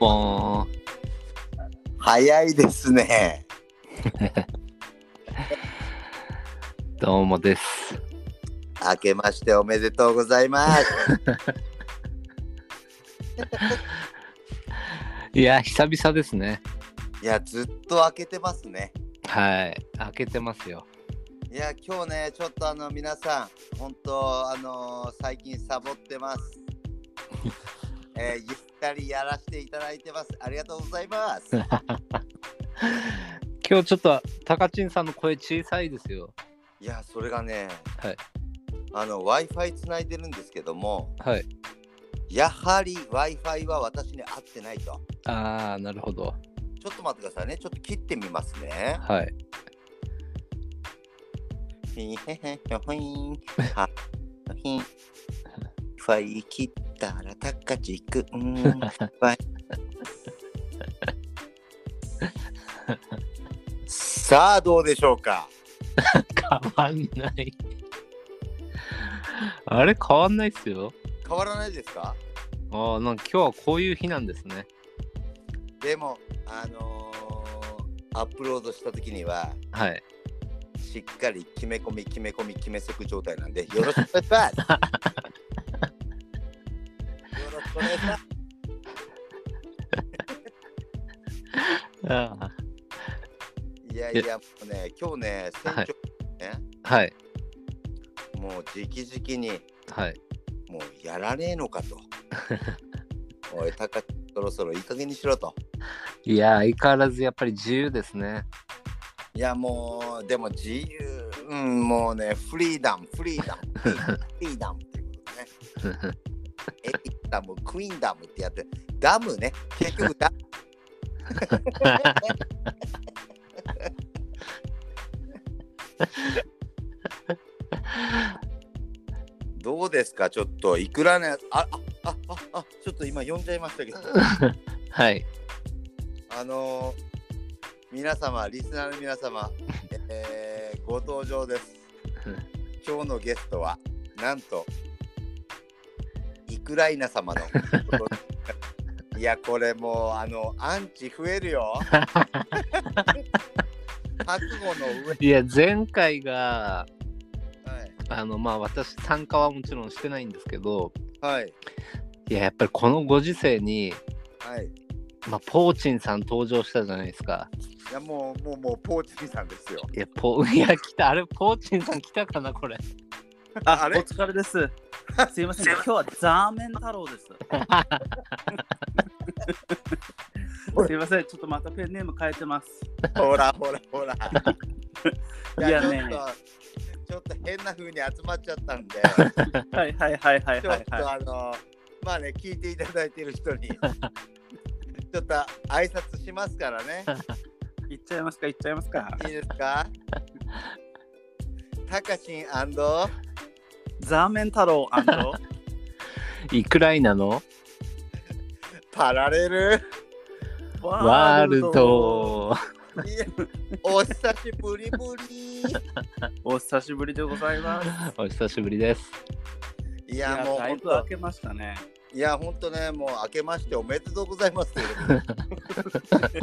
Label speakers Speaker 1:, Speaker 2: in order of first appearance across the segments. Speaker 1: もう
Speaker 2: 早いですね。
Speaker 1: どうもです。
Speaker 2: 明けましておめでとうございます。
Speaker 1: いや、久々ですね。
Speaker 2: いや、ずっと開けてますね。
Speaker 1: はい。開けてますよ。
Speaker 2: いや、今日ね、ちょっとあの、皆さん、本当、あのー最近サボっ てます。えーゆったりやらせていただいてます。ありがとうござ います。
Speaker 1: 今日ちょっと、タカチンさんの声小さいですよ。
Speaker 2: いや、それがね、
Speaker 1: はい
Speaker 2: あの、Wi-Fi つないでるんですけども、
Speaker 1: はい。
Speaker 2: やはり Wi-Fi は私に合ってないと。
Speaker 1: ああ、なるほど。
Speaker 2: ちょっと待ってくださいね。ちょっと切ってみますね。
Speaker 1: はい。
Speaker 2: ひへへひょほいん。 は、ひん。ファイ切ったらたかちくん。ファイ。さあ、どうでしょうか。
Speaker 1: 変わんない。あれ、変わんないっすよ。
Speaker 2: 変わらないですか
Speaker 1: ああ、なんか今日はこういう日なんですね。
Speaker 2: でも、あのーアップロードした時には、
Speaker 1: はい。
Speaker 2: しっかり決め込み、決め込み、決めせく状態なんで、よろしく お願いします。よろしくお願いします。
Speaker 1: ああ。
Speaker 2: いやいや、もうね、今日ね、船長
Speaker 1: はい
Speaker 2: ね、
Speaker 1: はい。
Speaker 2: もう直々に、
Speaker 1: はい。
Speaker 2: もうやらねえのかと。おい、タカ、そろそろいい加減にしろと。
Speaker 1: いや、相変わらずやっぱり自由ですね。
Speaker 2: いや、もう、でも自由、うん、もうね、フリーダム、フリーダム、フリーダムフリーダムっていうことね。エピダム、クイーンダムってやって、ダムね、結局ダム。どうですか、ちょっと、いくらね、あ、あ、あ、あ、あちょっと今呼んじゃいましたけど。
Speaker 1: はい。
Speaker 2: あのー皆様、リスナーの皆様、えーご登場です。今日のゲストは、なんと、イクライナ様の。いや、これもう、あの、アンチ増えるよ。覚悟の上。
Speaker 1: いや、前回が、
Speaker 2: はい。
Speaker 1: あのまあ私参加はもちろんしてないんですけど
Speaker 2: はい。
Speaker 1: いややっぱりこのご時世に、
Speaker 2: はい。
Speaker 1: まあ、ポーチンさん登場したじゃないですか
Speaker 2: いや、もう、もう、もう、ポーチンさんですよ。
Speaker 1: いやポ いや来たあれポーチンさん来たかなこれ
Speaker 2: あ、あ
Speaker 3: お
Speaker 2: れ
Speaker 3: 疲れです。すいません、今日はザーメン太郎です。すいません、ちょっとまたペンネーム変えてます。
Speaker 2: ほら、ほら、ほら。
Speaker 3: いや
Speaker 2: ち
Speaker 3: ね
Speaker 2: ょっと、ちょっと変な風に集まっちゃったんで。
Speaker 3: はいはいはいはい
Speaker 2: ちょ
Speaker 3: は
Speaker 2: っ
Speaker 3: い
Speaker 2: と、
Speaker 3: は
Speaker 2: あのまあね聞いていただいてる人 にちょっと挨拶しますから ね
Speaker 3: い。いっちゃいますか、いっちゃいますか。
Speaker 2: いいですかたかしん
Speaker 3: ザーメン太郎
Speaker 1: いくらいなの
Speaker 2: パラレル
Speaker 1: ワール。ド
Speaker 2: いやお久しぶりぶり
Speaker 3: お久しぶりでございま す。
Speaker 1: お久しぶりです
Speaker 2: い
Speaker 3: い
Speaker 2: やもう
Speaker 3: だい
Speaker 2: 本
Speaker 3: ぶ開
Speaker 2: 当
Speaker 3: けましたね。
Speaker 2: いや本当ねもう明けましておめでとうございますという ことで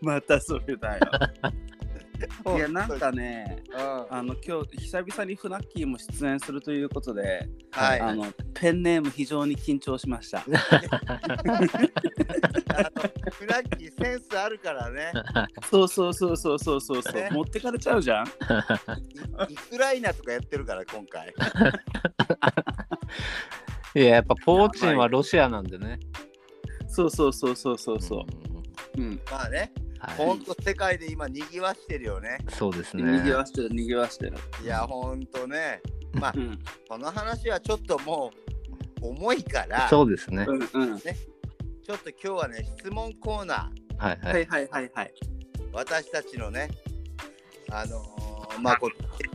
Speaker 3: またそれだよ。いや、なんかね、
Speaker 2: うんは
Speaker 3: あの今日久々にフナッキーも出演するということで、
Speaker 2: い
Speaker 3: あ
Speaker 2: あの
Speaker 3: のペンネーム非常に緊張しました。
Speaker 2: フラッキーセンスあるからね
Speaker 3: そうそうそうそうそうそうそう、
Speaker 2: ね
Speaker 3: 持ってかれちゃうじゃん。
Speaker 2: いイクライナとかやってるから今回
Speaker 1: いややっぱポーチンはロシアなんでね
Speaker 3: そうそうそうそうそうそ
Speaker 1: うん
Speaker 3: う。うん。
Speaker 2: まあね
Speaker 1: は
Speaker 2: ほんと世界で今にぎわしてるよね。
Speaker 1: い、そうですね
Speaker 3: にぎわしてるにぎわしてる。
Speaker 2: いやほんとね。まあ
Speaker 3: うん。
Speaker 2: この話はちょっともう重いから、ちょ
Speaker 1: そうですね
Speaker 3: うんうん。
Speaker 2: っと今日はね質問コーナ
Speaker 1: はいはい、
Speaker 3: はいはいはいはい。
Speaker 2: ー私たちのねあのー、まあこの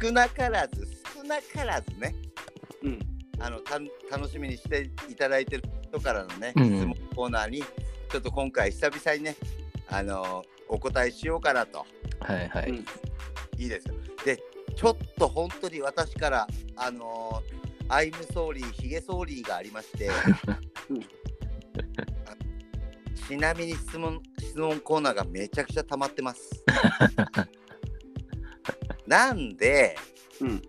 Speaker 2: 少なからず少なからずね
Speaker 3: うん。
Speaker 2: あのた楽しみにしていただいてる人からのね、
Speaker 1: うん
Speaker 2: 質問コーナーにちょっと今回久々にねあのーお答えしようかなと。
Speaker 1: はいは
Speaker 3: う
Speaker 1: い
Speaker 3: ん
Speaker 2: いいですよ。で、ちょっと本当に私から、あのーアイムソーリー、ヒゲソーリーがありまして、
Speaker 3: うん
Speaker 2: あちなみに質問質問コーナーがめちゃくちゃ溜まってます。 なんで、
Speaker 3: うん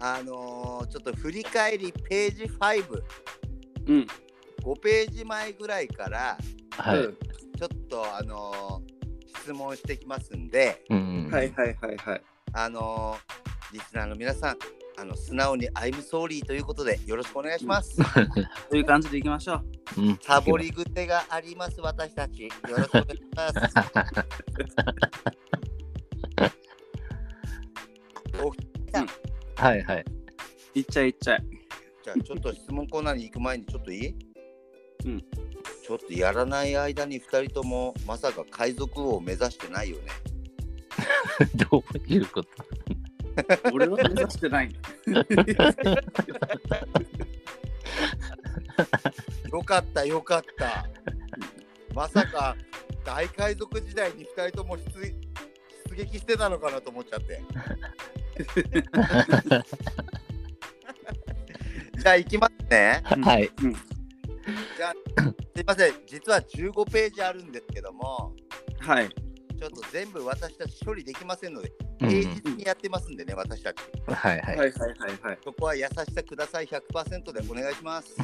Speaker 2: あのーちょっと振り返りページ5、
Speaker 3: うん
Speaker 2: 5ページ前ぐらいから、
Speaker 1: はい。
Speaker 3: う
Speaker 2: ちょっとあのー質問してきますんで、
Speaker 1: うん。
Speaker 3: んはい。はいはいはい
Speaker 2: あのーリスナーの皆さん、あの素直に I'm sorry ということでよろしくお願いし ます。
Speaker 3: という感じでいきましょう
Speaker 1: うん。
Speaker 2: サボり癖があります、私たち。よろしくお願いします。お
Speaker 1: はいはい。
Speaker 3: いっちゃいいっちゃい
Speaker 2: じゃあちょっと質問コーナーに行く前にちょっといい
Speaker 3: うん。
Speaker 2: ちょっとやらない間に2人ともまさか海賊王を目指してないよね。
Speaker 1: どういうこと
Speaker 3: 俺は目指してないんだ
Speaker 2: よかったよかった。まさか大海賊時代に2人とも出出撃してたのかなと思っちゃって。 じゃあ行きますね。
Speaker 1: はい。
Speaker 2: すいません、実は15ページあるんですけども、
Speaker 3: はい
Speaker 2: ちょっと全部私たち処理できませんので、
Speaker 1: うん
Speaker 2: 平日にやってますんでね、私たち。
Speaker 1: はいは
Speaker 3: は
Speaker 1: い。
Speaker 3: いはいはいはい
Speaker 2: そこは優しさください100%でお願いし ます。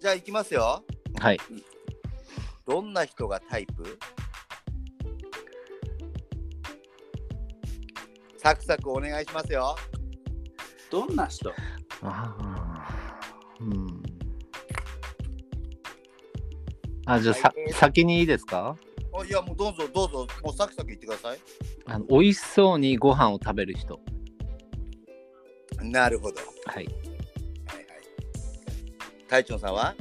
Speaker 2: じゃあ行きますよ。
Speaker 1: はい。
Speaker 2: どんな人がタイプサクサクお願いしますよ。
Speaker 3: どんな人
Speaker 1: あーうん。あ、じゃあさ
Speaker 2: はいえー
Speaker 1: 先にいいですか
Speaker 2: あいや、もうどうぞどうぞ、もうサクサク言ってください。
Speaker 1: あの美味しそうにご飯を食べる人。
Speaker 2: なるほど。
Speaker 1: はい。
Speaker 2: はいはい。隊長さんは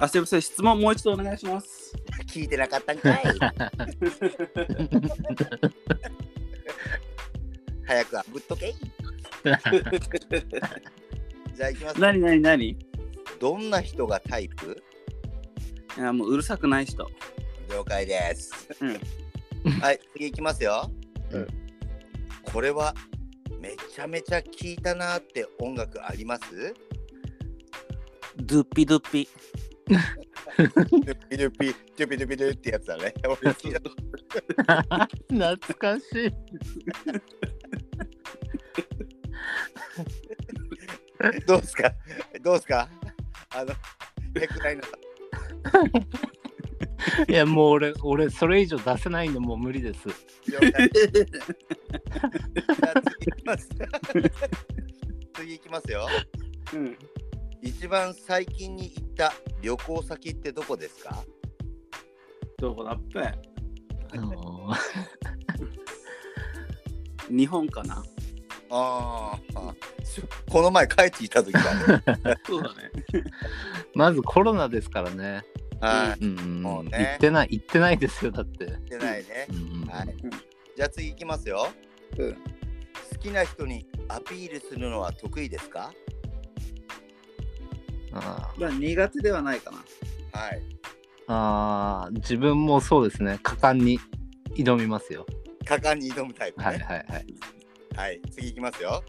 Speaker 3: あすいません質問もう一度お願いします
Speaker 2: 聞いてなかったん かい早くあぶっと けい。じゃあ行きます。
Speaker 3: 何何何い
Speaker 2: どんな人がタイプ
Speaker 3: やもううるさくない人
Speaker 2: 了解です。
Speaker 1: うん
Speaker 2: はい、次行きますよ。
Speaker 1: うん
Speaker 2: これはめちゃめちゃ聞いたなーって音楽あります
Speaker 3: ドゥッピドゥッピ
Speaker 2: ドゥピドゥピドゥピドゥピドゥってやつだ ね。俺聞いた
Speaker 1: 懐かしい。
Speaker 2: どうですかどうですかあの、ヘクライナさん
Speaker 1: いや、もう俺、俺、それ以上出せないんで、もう無理です。
Speaker 2: 了解じゃあ次行きます。 次行きますよ。
Speaker 3: うん
Speaker 2: 一番最近に行った旅行先ってどこですか
Speaker 3: どこだっぺ
Speaker 1: あのー
Speaker 3: 日本か な
Speaker 2: ああ、 この前帰ってきた時だね。
Speaker 3: そうだね
Speaker 1: まずコロナですからね。
Speaker 2: はい。
Speaker 1: うんうん。
Speaker 2: もうね
Speaker 1: 行ってない、行ってないですよ、だって。
Speaker 2: ってないね
Speaker 1: う。んうん
Speaker 2: はい。じゃあ次いきますよ。
Speaker 3: うん
Speaker 2: 好きな人にアピールするのは得意ですか
Speaker 1: あ
Speaker 3: まあ苦手ではないかな
Speaker 2: はい。
Speaker 1: ーあー、自分もそうですね。果敢に挑みますよ。
Speaker 2: 果敢に挑むタイプね。
Speaker 1: は
Speaker 2: はいい。
Speaker 1: はいはい。
Speaker 2: 次いきますよ。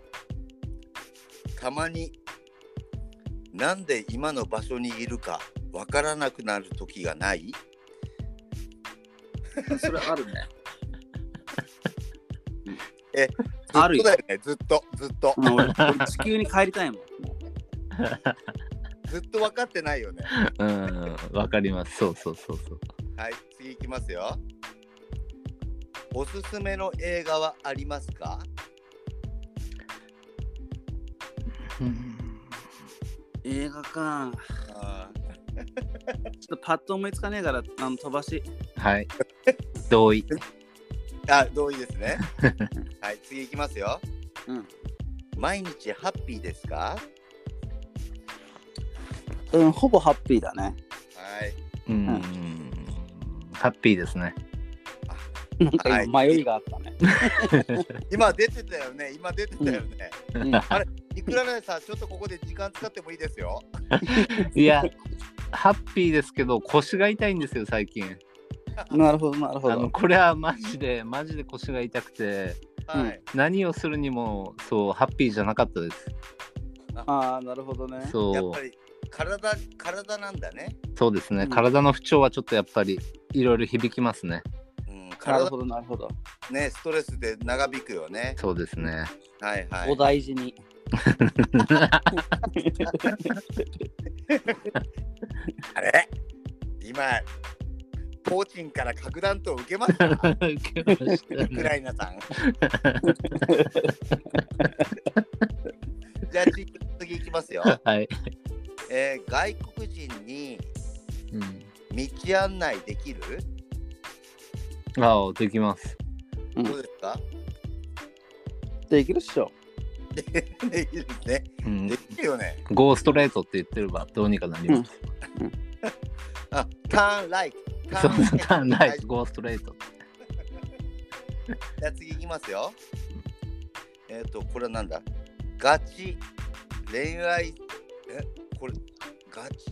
Speaker 2: たまに、なんで今の場所にいるかわからなくなる時がない
Speaker 3: それあるね
Speaker 2: え
Speaker 3: ある
Speaker 2: ずっとだ
Speaker 3: よ
Speaker 2: よね。ずっと、ずっと。
Speaker 3: もう俺 俺地球に帰りたいもんもう
Speaker 2: ずっと分かってないよね。
Speaker 1: うんうん、わかります。そうそうそうそう。
Speaker 2: はい、次いきますよ。おすすめの映画はありますか
Speaker 3: 映画かちょっとパッと思いつかねえからあの飛ばし
Speaker 1: はい。同意。
Speaker 2: あ、同意ですね。 はい、次いきますよ。
Speaker 3: うん
Speaker 2: 毎日ハッピーですか
Speaker 3: うんほぼハッピーだね
Speaker 2: はい。
Speaker 1: うんうんうん。ハッピーですね。
Speaker 3: なん
Speaker 2: か今迷い
Speaker 3: があったね、
Speaker 2: 今出てたよね。今出てたよね。
Speaker 3: うん
Speaker 2: いくらねさん、ちょっとここで時間使ってもいいですよ。
Speaker 1: いや、ハッピーですけど、腰が痛いんですよ、最近。
Speaker 3: なるほど、なるほ
Speaker 1: あの
Speaker 3: ど。
Speaker 1: これはマジで、マジで腰が痛くて、
Speaker 2: はい。
Speaker 1: 何をするにも、そう、ハッピーじゃなかったです。
Speaker 3: ああ、なるほどね。
Speaker 1: そ
Speaker 2: やっ
Speaker 1: う
Speaker 2: ぱ。り体体なんだね、
Speaker 1: そうですね、
Speaker 3: うん
Speaker 1: 体の不調はちょっとやっぱりいろいろ響きますね。
Speaker 2: うん、
Speaker 3: なる
Speaker 2: 体
Speaker 3: ほど、なるほど。
Speaker 2: ねストレスで長引くよね
Speaker 1: そうですね。
Speaker 2: はいは
Speaker 3: お
Speaker 2: い
Speaker 3: 大事に。
Speaker 2: あれ今コーチンから核弾頭受けまし たウクライナさんじゃあ次次いきますよ、
Speaker 1: はい。
Speaker 2: えー外国人に道案内できる
Speaker 1: ああ、できます。
Speaker 3: うん
Speaker 2: どうですか、
Speaker 3: できるっしょ。
Speaker 2: できるね
Speaker 1: うん
Speaker 2: で。きるよね
Speaker 1: ゴーストレートって言ってればどうにかなります。
Speaker 2: あターンライト タ
Speaker 1: そう
Speaker 2: ーン
Speaker 1: ターンライ
Speaker 2: じ
Speaker 1: ト、ゴーストレート。
Speaker 2: ゃあ次いきますよえっ、とこれはなんだガチ恋愛えこれガチちょ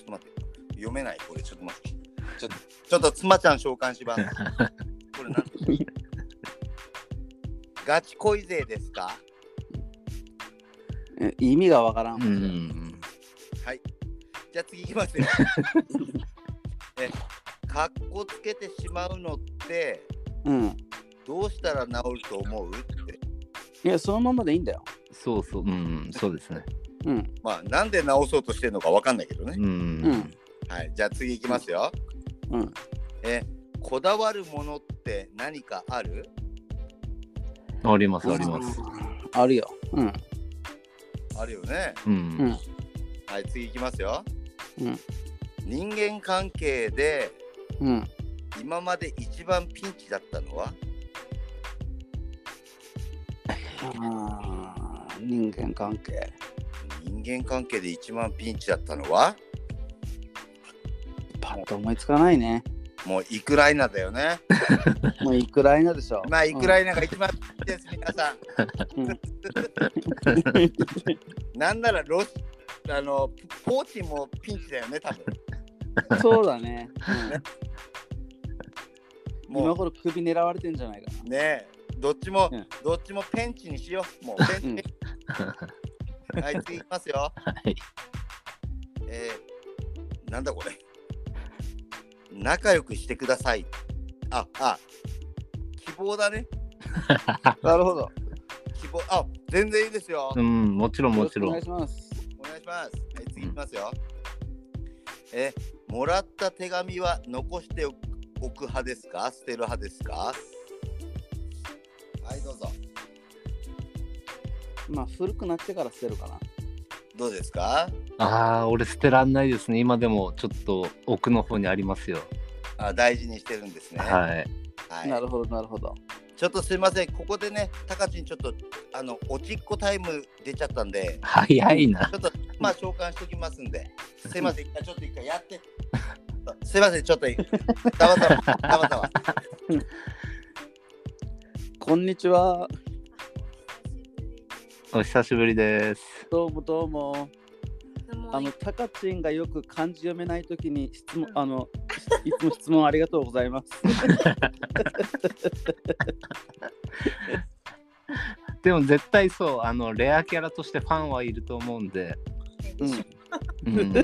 Speaker 2: っと待って読めないこれちょっと待ってちょちょっと妻ちゃん召喚します これなんだガチ恋勢ですか
Speaker 3: え意味がわからん。
Speaker 1: うん。
Speaker 2: はい。じゃあ次いきます よ。え、かっこつけてしまうのって
Speaker 3: うん。
Speaker 2: どうしたら治ると思うって。
Speaker 3: いや、そのままでいいんだよ。
Speaker 1: そうそう、うん、そうですね。
Speaker 3: うん。
Speaker 2: まあなんで治そうとしてるのかわかんないけどね。
Speaker 1: う
Speaker 3: うん
Speaker 1: ん。
Speaker 2: はい。じゃあ次いきますよ。
Speaker 3: うん。
Speaker 2: え、こだわるものって何かある
Speaker 1: あります、あります。
Speaker 3: あるよ。うん。
Speaker 2: あるよね。
Speaker 1: う。
Speaker 3: うんん。
Speaker 2: はい。次いきますよ。
Speaker 3: うん。
Speaker 2: 人間関係で
Speaker 3: うん。
Speaker 2: 今まで一番ピンチだったのは
Speaker 3: あー人間関係。
Speaker 2: 人間関係で一番ピンチだったのは
Speaker 3: パッと思いつかないね。
Speaker 2: もういくらいなだよ ね。
Speaker 3: もういくらいなでしょ。
Speaker 2: まあ、いくらいなんか一番ピンチです、皆さん。
Speaker 3: うん。
Speaker 2: なんならロスあのポーチもピンチだよね、多分。
Speaker 3: そうだね。うん 今
Speaker 2: も
Speaker 3: 頃首狙われてんじゃないか
Speaker 2: うねえ、どっちも、
Speaker 3: うん
Speaker 2: どっちもペンチにしよう。もうペ ンチ。はい、次いきます
Speaker 1: は
Speaker 2: よ。
Speaker 1: い。
Speaker 2: えー、なんだこれ。仲良くしてください。あ、あ、希望だね。
Speaker 3: な。なるほど。
Speaker 2: 希望、あ、全然いいですよ。
Speaker 1: うん、もちろん、もちろ
Speaker 3: お
Speaker 1: ん
Speaker 3: 願い。します。
Speaker 2: お願いします。はい、次いきますよ。え、もらった手紙は残しておくおく派ですか捨てる派ですかはい、どうぞ。
Speaker 3: まあ、古くなってから捨てるかな。
Speaker 2: どうですか
Speaker 1: ああ、俺捨てらんないですね。今でもちょっと奥の方にありますよ。
Speaker 2: あ大事にしてるんですね。は
Speaker 1: はい。
Speaker 2: い。
Speaker 3: なるほど、なるほど。
Speaker 2: ちょっとすいません、ここでね、たかちにちょっと、あの、おちっこタイム出ちゃったんで、
Speaker 1: 早いな。
Speaker 2: ちょっと、まあ、召喚しときますんで、すいません、一回ちょっと一回やって。すいません、ちょっと、ざわざわ、ざわざわ。
Speaker 3: こんにちは。
Speaker 1: お久しぶりです。
Speaker 3: どうもどうも。あ
Speaker 4: あの
Speaker 3: の、たかちんがよく漢字読めないときに質問、あの、いつも質問ありがとうございます。
Speaker 1: でも絶対そう、あの、レアキャラとしてファンはいると思うんで。
Speaker 3: うん。
Speaker 1: うん、
Speaker 3: や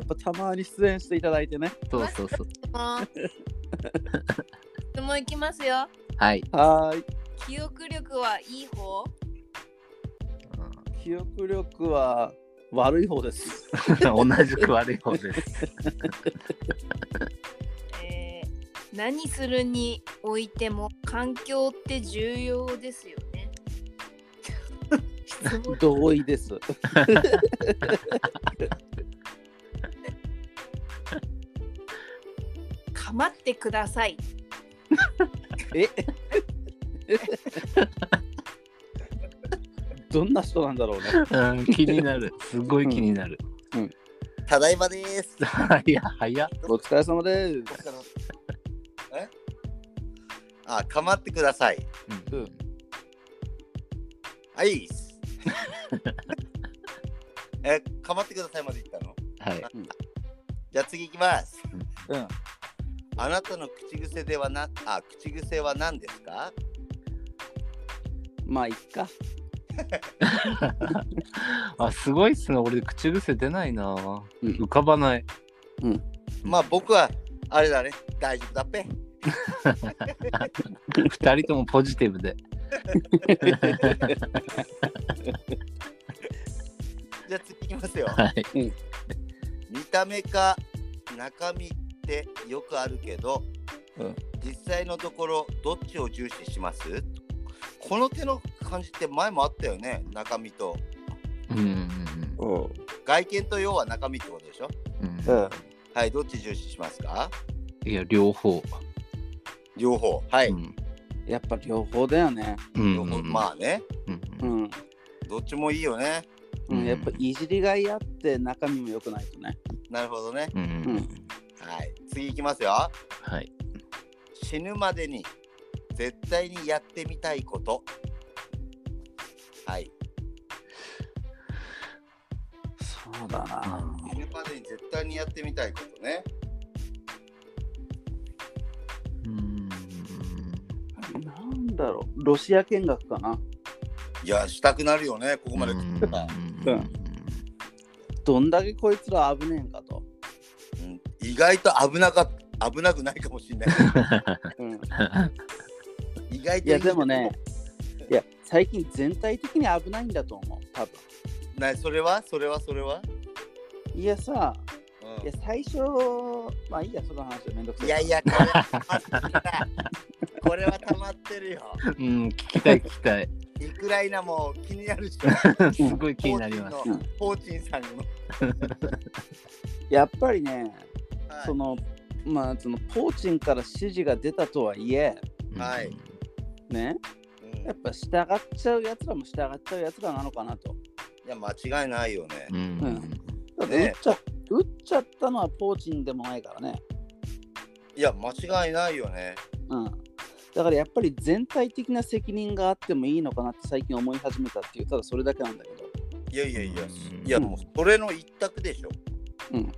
Speaker 3: っぱたまに出演していただいてね。
Speaker 1: そうそうそう。
Speaker 4: 質問質問いきますよ。
Speaker 1: はい。
Speaker 3: はーい。
Speaker 4: 記憶力はいい方
Speaker 3: 記憶力は悪い方です。
Speaker 1: うん同じく悪い方です。
Speaker 4: えー何するにおいても環境って重要ですよね。 質問
Speaker 3: 同意です。
Speaker 4: かまってください。
Speaker 3: えどんな人なんだろうね。
Speaker 1: うん、気になる。すごい気になる。
Speaker 2: ただいまです。
Speaker 1: 早い早い。
Speaker 3: お疲れ様です。
Speaker 2: えあ、かまってください。
Speaker 1: うん
Speaker 3: うん
Speaker 2: はい。 え、かまってくださいまで言ったの
Speaker 1: はい。
Speaker 2: じゃあ次行きます。
Speaker 3: うん。
Speaker 2: あなたの口癖ではな、あ、口癖は何ですか
Speaker 3: まあ、いっか。
Speaker 1: あ、すごいっすね。俺、口癖出ないな。
Speaker 3: うん
Speaker 1: 浮かばない。
Speaker 2: まあ僕はあれだね大丈夫だっぺ
Speaker 1: 二人ともポジティブで。
Speaker 2: じゃあ次いきますよ
Speaker 1: はい。
Speaker 2: 見た目か中身ってよくあるけど、
Speaker 1: うん
Speaker 2: 実際のところどっちを重視しますこの手の感じって前もあったよね中身と
Speaker 1: うんうん
Speaker 3: うん
Speaker 2: 外見と要は中身ってことでしょ
Speaker 1: うん。
Speaker 3: う
Speaker 1: うん
Speaker 3: ん
Speaker 2: はいどっち重視しますか
Speaker 1: いや、両方。
Speaker 2: 両方はい、
Speaker 1: うん。
Speaker 3: やっぱ両方だよね。
Speaker 1: うん
Speaker 2: 両方まあね
Speaker 1: うん
Speaker 3: う
Speaker 1: うん
Speaker 3: ん。
Speaker 2: どっちもいいよね
Speaker 3: うん、やっぱいじりがいあって中身も良くないとね。
Speaker 2: なるほどね
Speaker 1: うんう
Speaker 3: うんん。
Speaker 2: はい次いきますよ
Speaker 1: はい。
Speaker 2: 死ぬまでに絶対にやってみたいことはい
Speaker 3: そうだな。
Speaker 2: 死ぬまでに絶対にやってみたいことね
Speaker 1: うん。
Speaker 3: なんだろう。ロシア見学かな。
Speaker 2: いやしたくなるよねここまで来たら、
Speaker 1: うん
Speaker 3: うんどんだけこいつら危ねえんかと。
Speaker 2: うん意外と危なかっ危なくないかもしれ ない
Speaker 3: うん、い
Speaker 2: 意外と
Speaker 3: や、でもね、いや、最近全体的に危ないんだと思う。多分
Speaker 2: なそれはそれはそれは、
Speaker 3: いやさ、
Speaker 2: うん
Speaker 3: いや、最初、まあいいや、その話はめんどくさい。
Speaker 2: いやいやこれ は溜まってるなこれは溜まってるよ
Speaker 1: うん、聞きたい聞きたい。
Speaker 2: いくらいなも気になるし
Speaker 1: すごい気になります。
Speaker 2: ポーチンさんの、
Speaker 3: やっぱりね、
Speaker 2: はい
Speaker 3: その、まあ、そのポーチンから指示が出たとはいえ、
Speaker 2: はい
Speaker 3: ね、
Speaker 2: うん
Speaker 3: やっぱ従っちゃうやつらも従っちゃうやつらなのかなと。
Speaker 2: いや間違いないよね
Speaker 1: うん。うん。
Speaker 3: だって
Speaker 2: ね
Speaker 3: 打っちゃ、打っちゃったのはポーチンでもないからね。
Speaker 2: いや間違いないよね
Speaker 3: うん。だからやっぱり全体的な責任があってもいいのかなって最近思い始めたっていう、ただそれだけなんだけど。
Speaker 2: いやいやいや、
Speaker 1: うん
Speaker 2: いやもうそれの一択でしょ。
Speaker 3: うん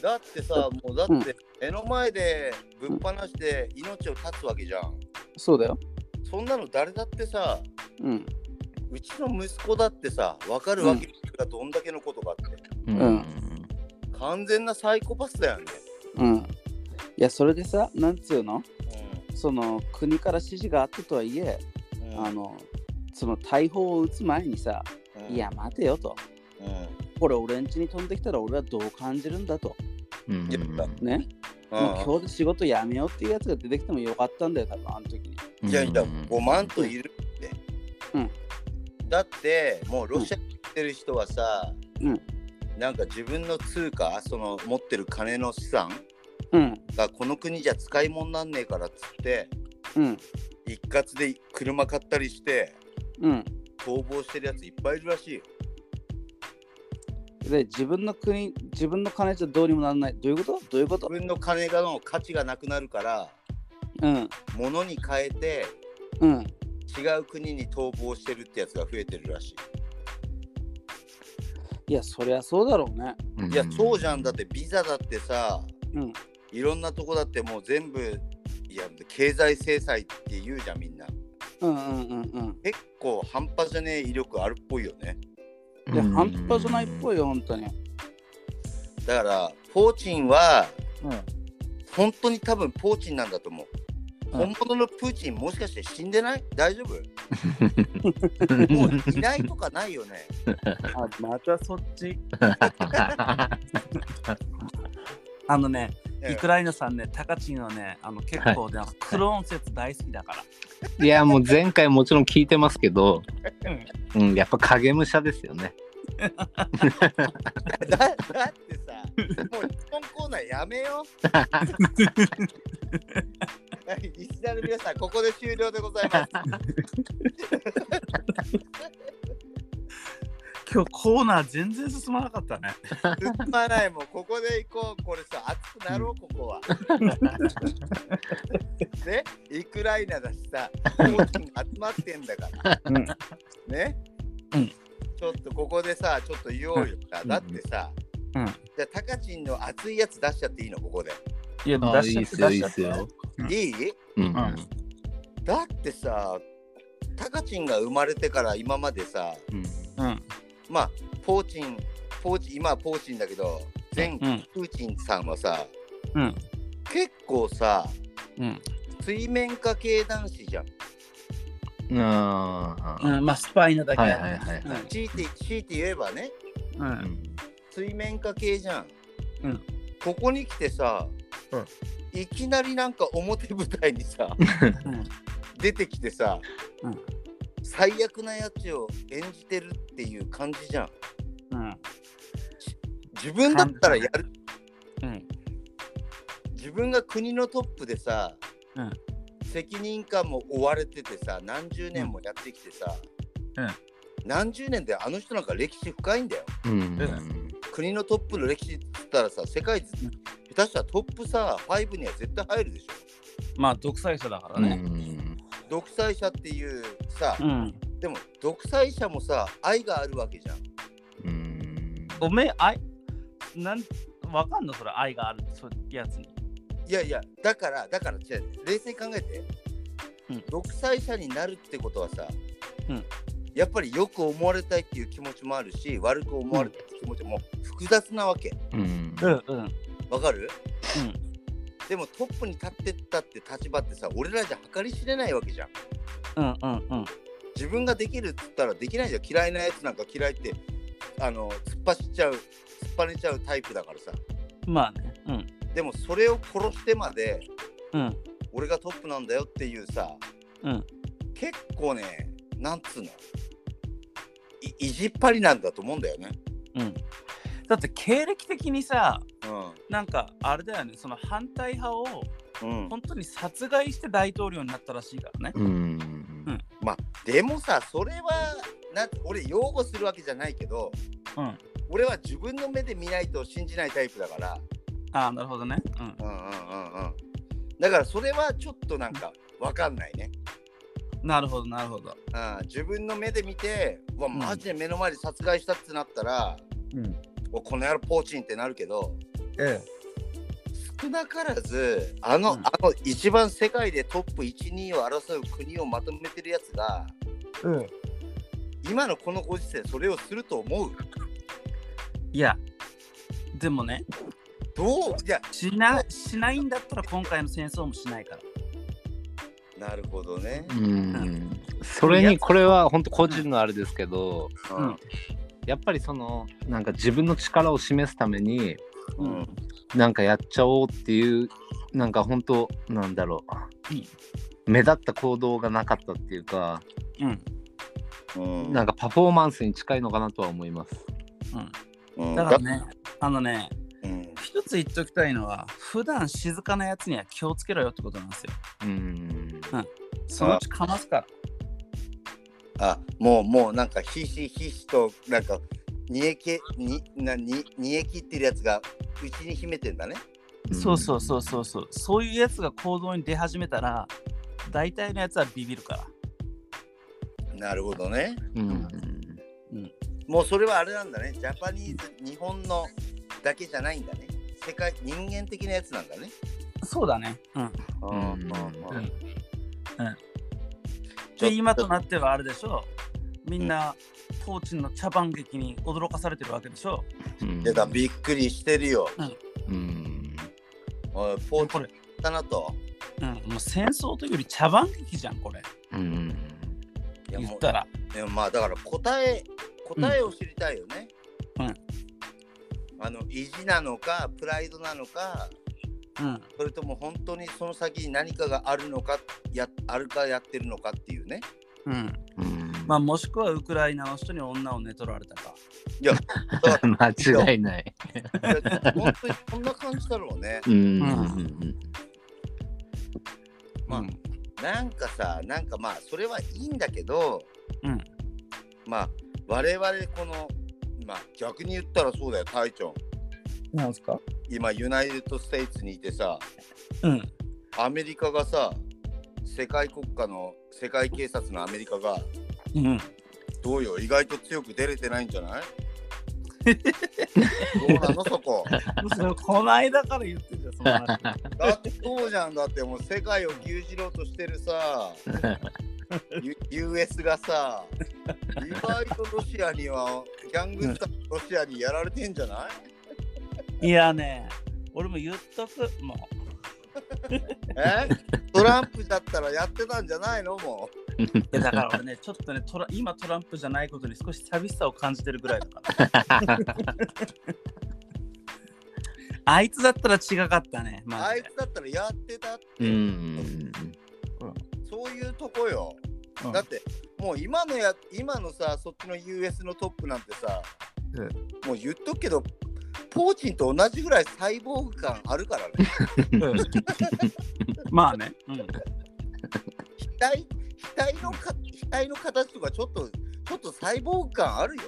Speaker 2: だってさ、もうだって目の前でぶっ放して命を絶つわけじゃん。
Speaker 3: そうだよ。
Speaker 2: そんなの誰だってさ、
Speaker 3: うん。
Speaker 2: うちの息子だってさ、分かるわけがどんだけのことかって。
Speaker 1: うん。
Speaker 3: うん
Speaker 2: 完全なサイコパスだよね。
Speaker 3: うん。いや、それでさ、なんつうの
Speaker 2: う
Speaker 3: その国から指示があったとはいえ、
Speaker 2: ん
Speaker 3: あ、の、その大砲を撃つ前にさ、
Speaker 2: うん
Speaker 3: いや、、待てよと。
Speaker 2: うん
Speaker 3: これ俺ん家に飛んできたら俺はどう感じるんだと。
Speaker 1: うん
Speaker 3: ね。
Speaker 2: うん
Speaker 3: もう今日で仕事やめようっていうやつが出てきてもよかったんだよ、多分あの時に。
Speaker 2: いやいや、5万といるって。
Speaker 3: うん
Speaker 2: だって、もうロシアに行ってる人はさ、
Speaker 3: うん
Speaker 2: なんか自分の通貨、その持ってる金の資産
Speaker 3: うん、
Speaker 2: がこの国じゃ使い物になんねえからっつって、
Speaker 3: うん、
Speaker 2: 一括で車買ったりして、
Speaker 3: うん。
Speaker 2: 逃亡してるやついっぱいいるらしいよ。
Speaker 3: で、自分の国、自分の金じゃどうにもならない。どういうことどういうこ
Speaker 2: 自
Speaker 3: と
Speaker 2: 分の金がの価値がなくなるから、
Speaker 3: うん、
Speaker 2: 物に変えて
Speaker 3: うん。
Speaker 2: 違う国に逃亡してるってやつが増えてるらしい。
Speaker 3: いや、そりゃそうだろうね。
Speaker 2: いや、そうじゃん。だってビザだってさ、
Speaker 3: うん、
Speaker 2: いろんなとこだってもう全部いや経済制裁って言うじゃんみんな
Speaker 3: うん、うん、うん、
Speaker 2: 結構半端じゃねえ威力あるっぽいよね
Speaker 3: うん。いや、半端じゃないっ ぽ
Speaker 1: い。
Speaker 3: いよ、本当に。
Speaker 2: だからポーチンは
Speaker 3: うん、
Speaker 2: 本当に多分ポーチンなんだと思う
Speaker 3: う
Speaker 2: 本
Speaker 3: ん
Speaker 2: 物のプーチンもしかして死んでない大丈夫もういないとかないよ ね
Speaker 3: あ、またそっち。あのね、
Speaker 2: ええ
Speaker 3: ライナさんね、タカチンはね、あの結
Speaker 1: 構
Speaker 3: ね、クローン説大好きだから。
Speaker 1: いや、もう前回もちろん聞いてますけど、うん、やっぱ影武者ですよね。
Speaker 2: だだってさもう質問コーナーやめよう はいリスナーの皆さんここで終了でございます
Speaker 5: 今日コーナー全然進まなかったね。
Speaker 2: 進まないもうここで行こうこれさ熱くなろうここは。ねウクライナだしさコーチに集まってんだから。
Speaker 5: うん
Speaker 2: ね、
Speaker 5: うん
Speaker 2: ちょっとここでさちょっと言おうよ、だってさ、
Speaker 5: うん
Speaker 2: じゃあタカチンの熱いやつ出しちゃっていいのここで。
Speaker 5: いや、
Speaker 1: あ
Speaker 5: 出
Speaker 1: い
Speaker 5: し
Speaker 1: い
Speaker 5: ちゃ
Speaker 1: っ
Speaker 5: って
Speaker 1: すよ、
Speaker 5: 出
Speaker 1: い
Speaker 5: し
Speaker 1: い
Speaker 5: ちゃって。
Speaker 1: っすよ。
Speaker 2: いい
Speaker 1: うん。
Speaker 2: だってさタカチンが生まれてから今までさ
Speaker 1: うん
Speaker 3: うん。
Speaker 2: まあポーチンポーチン今はポーチンだけど前
Speaker 3: うん。
Speaker 2: プーチンさんはさ、
Speaker 3: うん
Speaker 2: 結構さ
Speaker 3: うん。
Speaker 2: 水面下系男子じゃん
Speaker 1: あー
Speaker 6: うんまあ、スパイなだけ
Speaker 1: はいはいはい
Speaker 6: うん
Speaker 2: 強いて強いて言えばね
Speaker 3: う。
Speaker 1: うんん
Speaker 2: 水面下系じゃん、
Speaker 3: うん
Speaker 2: ここに来てさ、
Speaker 3: うん
Speaker 2: いきなりなんか表舞台にさ
Speaker 3: うん
Speaker 2: 出てきてさ、
Speaker 3: うん
Speaker 2: 最悪なやつを演じてるっていう感じじゃん
Speaker 3: うん。
Speaker 2: 自分だったらやる
Speaker 3: うん。
Speaker 2: 自分が国のトップでさ、
Speaker 3: うん
Speaker 2: 責任感も追われててさ何十年もやってきてさ、
Speaker 3: うん
Speaker 2: 何十年であの人なんか歴史深いんだよ
Speaker 1: うん
Speaker 2: 国のトップの歴史っつったらさ世界
Speaker 3: う
Speaker 2: 下手したらトップさ5には絶対入るでしょ
Speaker 3: まあ、独裁者だから
Speaker 1: う
Speaker 3: ね。
Speaker 1: ん
Speaker 2: 独裁者っていうさ、
Speaker 3: うん。
Speaker 2: でも独裁者もさ愛があるわけじゃん
Speaker 1: うん
Speaker 3: おめえ、愛、なん、わかんのそれ、愛があるってそういうやつに。
Speaker 2: いやいやだからだから違う冷静に考えて、
Speaker 3: うん
Speaker 2: 独裁者になるってことはさ、
Speaker 3: うん
Speaker 2: やっぱりよく思われたいっていう気持ちもあるし悪く思われたいっていう気持ちも複雑なわけ
Speaker 1: うん
Speaker 3: んうん。
Speaker 2: わかる、
Speaker 3: うん
Speaker 2: でもトップに立ってったって立場ってさ俺らじゃ計り知れないわけじゃん
Speaker 3: うんうんうん。
Speaker 2: 自分ができるっつったらできないじゃん嫌いなやつなんか嫌いってあの突っ走っちゃう突っぱねちゃうタイプだからさ
Speaker 3: まあね。うん。
Speaker 2: でもそれを殺してまで
Speaker 3: うん。
Speaker 2: 俺がトップなんだよっていうさ、
Speaker 3: うん
Speaker 2: 結構ねなんつうのい意地っ張りなんだと思うんだよね。
Speaker 3: だって経歴的にさ
Speaker 2: う
Speaker 3: なんかあれだよねその反対派を
Speaker 2: んうん
Speaker 3: 本当に殺害して大統領になったらしいからね
Speaker 1: うん
Speaker 2: まあでもさそれはなん俺擁護するわけじゃないけど、
Speaker 3: うん
Speaker 2: 俺は自分の目で見ないと信じないタイプだから、
Speaker 3: ああなるほどねうん
Speaker 2: うんうんうんうん、だからそれはちょっとなんか分かんないね。
Speaker 3: なるほどなるほど
Speaker 2: うん、自分の目で見てうわ
Speaker 3: ん
Speaker 2: マジで目の前で殺害したってなったら、
Speaker 3: うん
Speaker 2: おこの野郎ポーチンってなるけど。
Speaker 3: え
Speaker 2: 少なからずあの,、
Speaker 3: うん
Speaker 2: あの一番世界でトップ12を争う国をまとめてるやつが
Speaker 3: えうん
Speaker 2: 今のこのご時世それをすると思う
Speaker 3: いやでもね
Speaker 2: どういや
Speaker 3: しなしないんだったら今回の戦争もしないから
Speaker 2: なるほどね、
Speaker 1: うんそれにこれは本当個人のあれですけど
Speaker 2: うん
Speaker 3: うん
Speaker 1: やっぱりそのなんか自分の力を示すために
Speaker 2: うん
Speaker 3: うん
Speaker 1: なんかやっちゃおうっていうなんか本当なんだろう、
Speaker 3: うん
Speaker 1: 目立った行動がなかったっていうか、
Speaker 3: うん、
Speaker 2: うん
Speaker 1: なんかパフォーマンスに近いのかなとは思います。
Speaker 2: うん
Speaker 3: だからねあのね
Speaker 2: うん
Speaker 3: 一つ言っときたいのは普段静かなやつには気をつけろよってことなんですよ
Speaker 1: うん
Speaker 3: そのうちかますから
Speaker 2: あもうもうなんかひしひしとなんか煮えきになに煮え切ってるやつがうちに秘めてんだね
Speaker 3: そうそうそうそうそうそういうやつが行動に出始めたら大体のやつはビビるから
Speaker 2: なるほどね
Speaker 1: うん、
Speaker 2: もうそれはあれなんだねジャパニーズ日本のだけじゃないんだね世界人間的なやつなんだね
Speaker 3: そうだねうん
Speaker 2: うんん
Speaker 3: うんで今となってはあれでしょみんな、ポーチンの茶番劇に驚かされてるわけでしょ
Speaker 1: うん
Speaker 2: 出たびっくりしてるよ。
Speaker 1: うん
Speaker 2: おいポーチ
Speaker 3: これ、
Speaker 2: だなと。
Speaker 3: うん、もう戦争というより茶番劇じゃんこれ
Speaker 1: うん
Speaker 2: いや
Speaker 3: 言
Speaker 2: も
Speaker 3: ったら
Speaker 2: うでもまあだから答え答えを知りたいよね。
Speaker 3: うんう
Speaker 2: あの意地なのかプライドなのか
Speaker 3: うん
Speaker 2: それとも本当にその先に何かがあるのかやあるかやってるのかっていうね。
Speaker 3: うん
Speaker 1: うん
Speaker 3: まあもしくはウクライナの人に女を寝取られたか
Speaker 2: だか
Speaker 1: 間違いない。
Speaker 2: ら本当にこんな感じだろうね。
Speaker 1: うん
Speaker 2: まあ
Speaker 3: うん
Speaker 2: なんかさなんかまあそれはいいんだけど、
Speaker 3: うん
Speaker 2: まあ我々このまあ逆に言ったらそうだよ隊長
Speaker 3: なんすか
Speaker 2: 今ユナイテッド・ステイツにいてさ
Speaker 3: うん
Speaker 2: アメリカがさ世界国家の世界警察のアメリカが
Speaker 3: うん
Speaker 2: どうよ意外と強く出れてないんじゃ ないどうなのそこ
Speaker 3: それこないだから言ってんじゃんその話
Speaker 2: だってそうじゃんだってもう世界を牛耳ろうとしてるさ U- US がさ、意外とロシアには、ギャングスターロシアにやられてんじゃない
Speaker 5: いやね、俺も言っとく、もう。
Speaker 2: えトランプだったらやってたんじゃないのも
Speaker 5: いやだから俺ね、ちょっとねトラ、今トランプじゃないことに少し寂しさを感じてるぐらいだ から。あいつだったら違かったね。
Speaker 2: う。
Speaker 5: マ
Speaker 2: あ
Speaker 5: ジ
Speaker 2: い
Speaker 5: で
Speaker 2: つだったらやってたって、
Speaker 1: うん。
Speaker 2: そういうとこよ。
Speaker 5: うん
Speaker 2: だって、もう今のや、今のさ、そっちの US のトップなんてさ、
Speaker 1: うん
Speaker 2: もう言っとくけど、ポーチンと同じぐらいサイボーグ感あるからね。
Speaker 5: まあね、うん。
Speaker 2: 額額のか額の形とかちょっとちょっと細胞感あ るよ。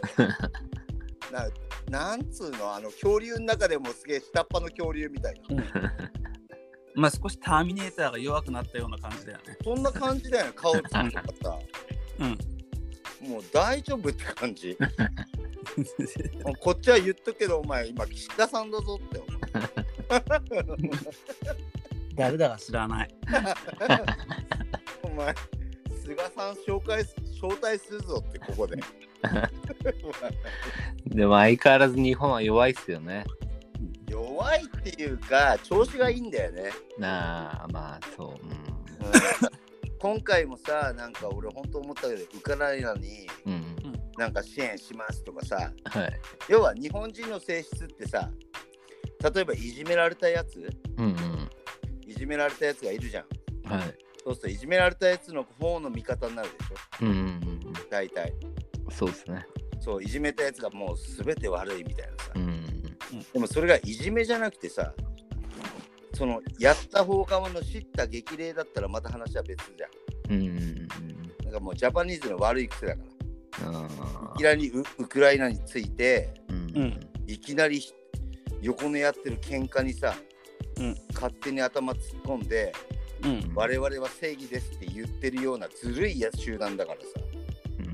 Speaker 2: ななんつうのあの恐竜の中でもすげえ下っ端の恐竜みたいな
Speaker 5: まあ少しターミネーターが弱くなったような感じだよね。
Speaker 2: そんな感じだよね顔つきとかさ。
Speaker 5: うん
Speaker 2: もう大丈夫って感じ。もうこっちは言っとくけどお前今岸田さんだぞって思う。
Speaker 5: 誰だか知らない。
Speaker 2: お前菅さん紹介す招待するぞってここで。
Speaker 1: でも相変わらず日本は弱いっすよね。
Speaker 2: 弱いっていうか調子がいいんだよね。
Speaker 1: なあ、まあそう。うん
Speaker 2: うん今回もさなんか俺本当思ったけどウクライナに
Speaker 1: うん。
Speaker 2: なんか支援しますとかさ
Speaker 1: はい。
Speaker 2: 要は日本人の性質ってさ例えばいじめられたやつ
Speaker 1: うんうん。
Speaker 2: いじめられたやつがいるじゃん
Speaker 1: はい。
Speaker 2: そうするといじめられたやつの方の味方になるでしょ
Speaker 1: うんうんうん
Speaker 2: 大体
Speaker 1: うん。そうですね。
Speaker 2: そういじめたやつがもう全て悪いみたいなさ
Speaker 1: うん。
Speaker 2: でもそれがいじめじゃなくてさそのやった方側の叱咤激励だったらまた話は別じゃ
Speaker 1: うんうんうん。
Speaker 2: んなんかもうジャパニーズの悪い癖だから
Speaker 1: あ
Speaker 2: いきなりウウクライナについて
Speaker 1: ーうん
Speaker 5: う
Speaker 1: うんん。
Speaker 2: いきなり横のやってる喧嘩にさ、
Speaker 5: うん
Speaker 2: 勝手に頭突っ込んで、
Speaker 5: うん。
Speaker 2: 我々は正義ですって言ってるようなずるいや集団だからさ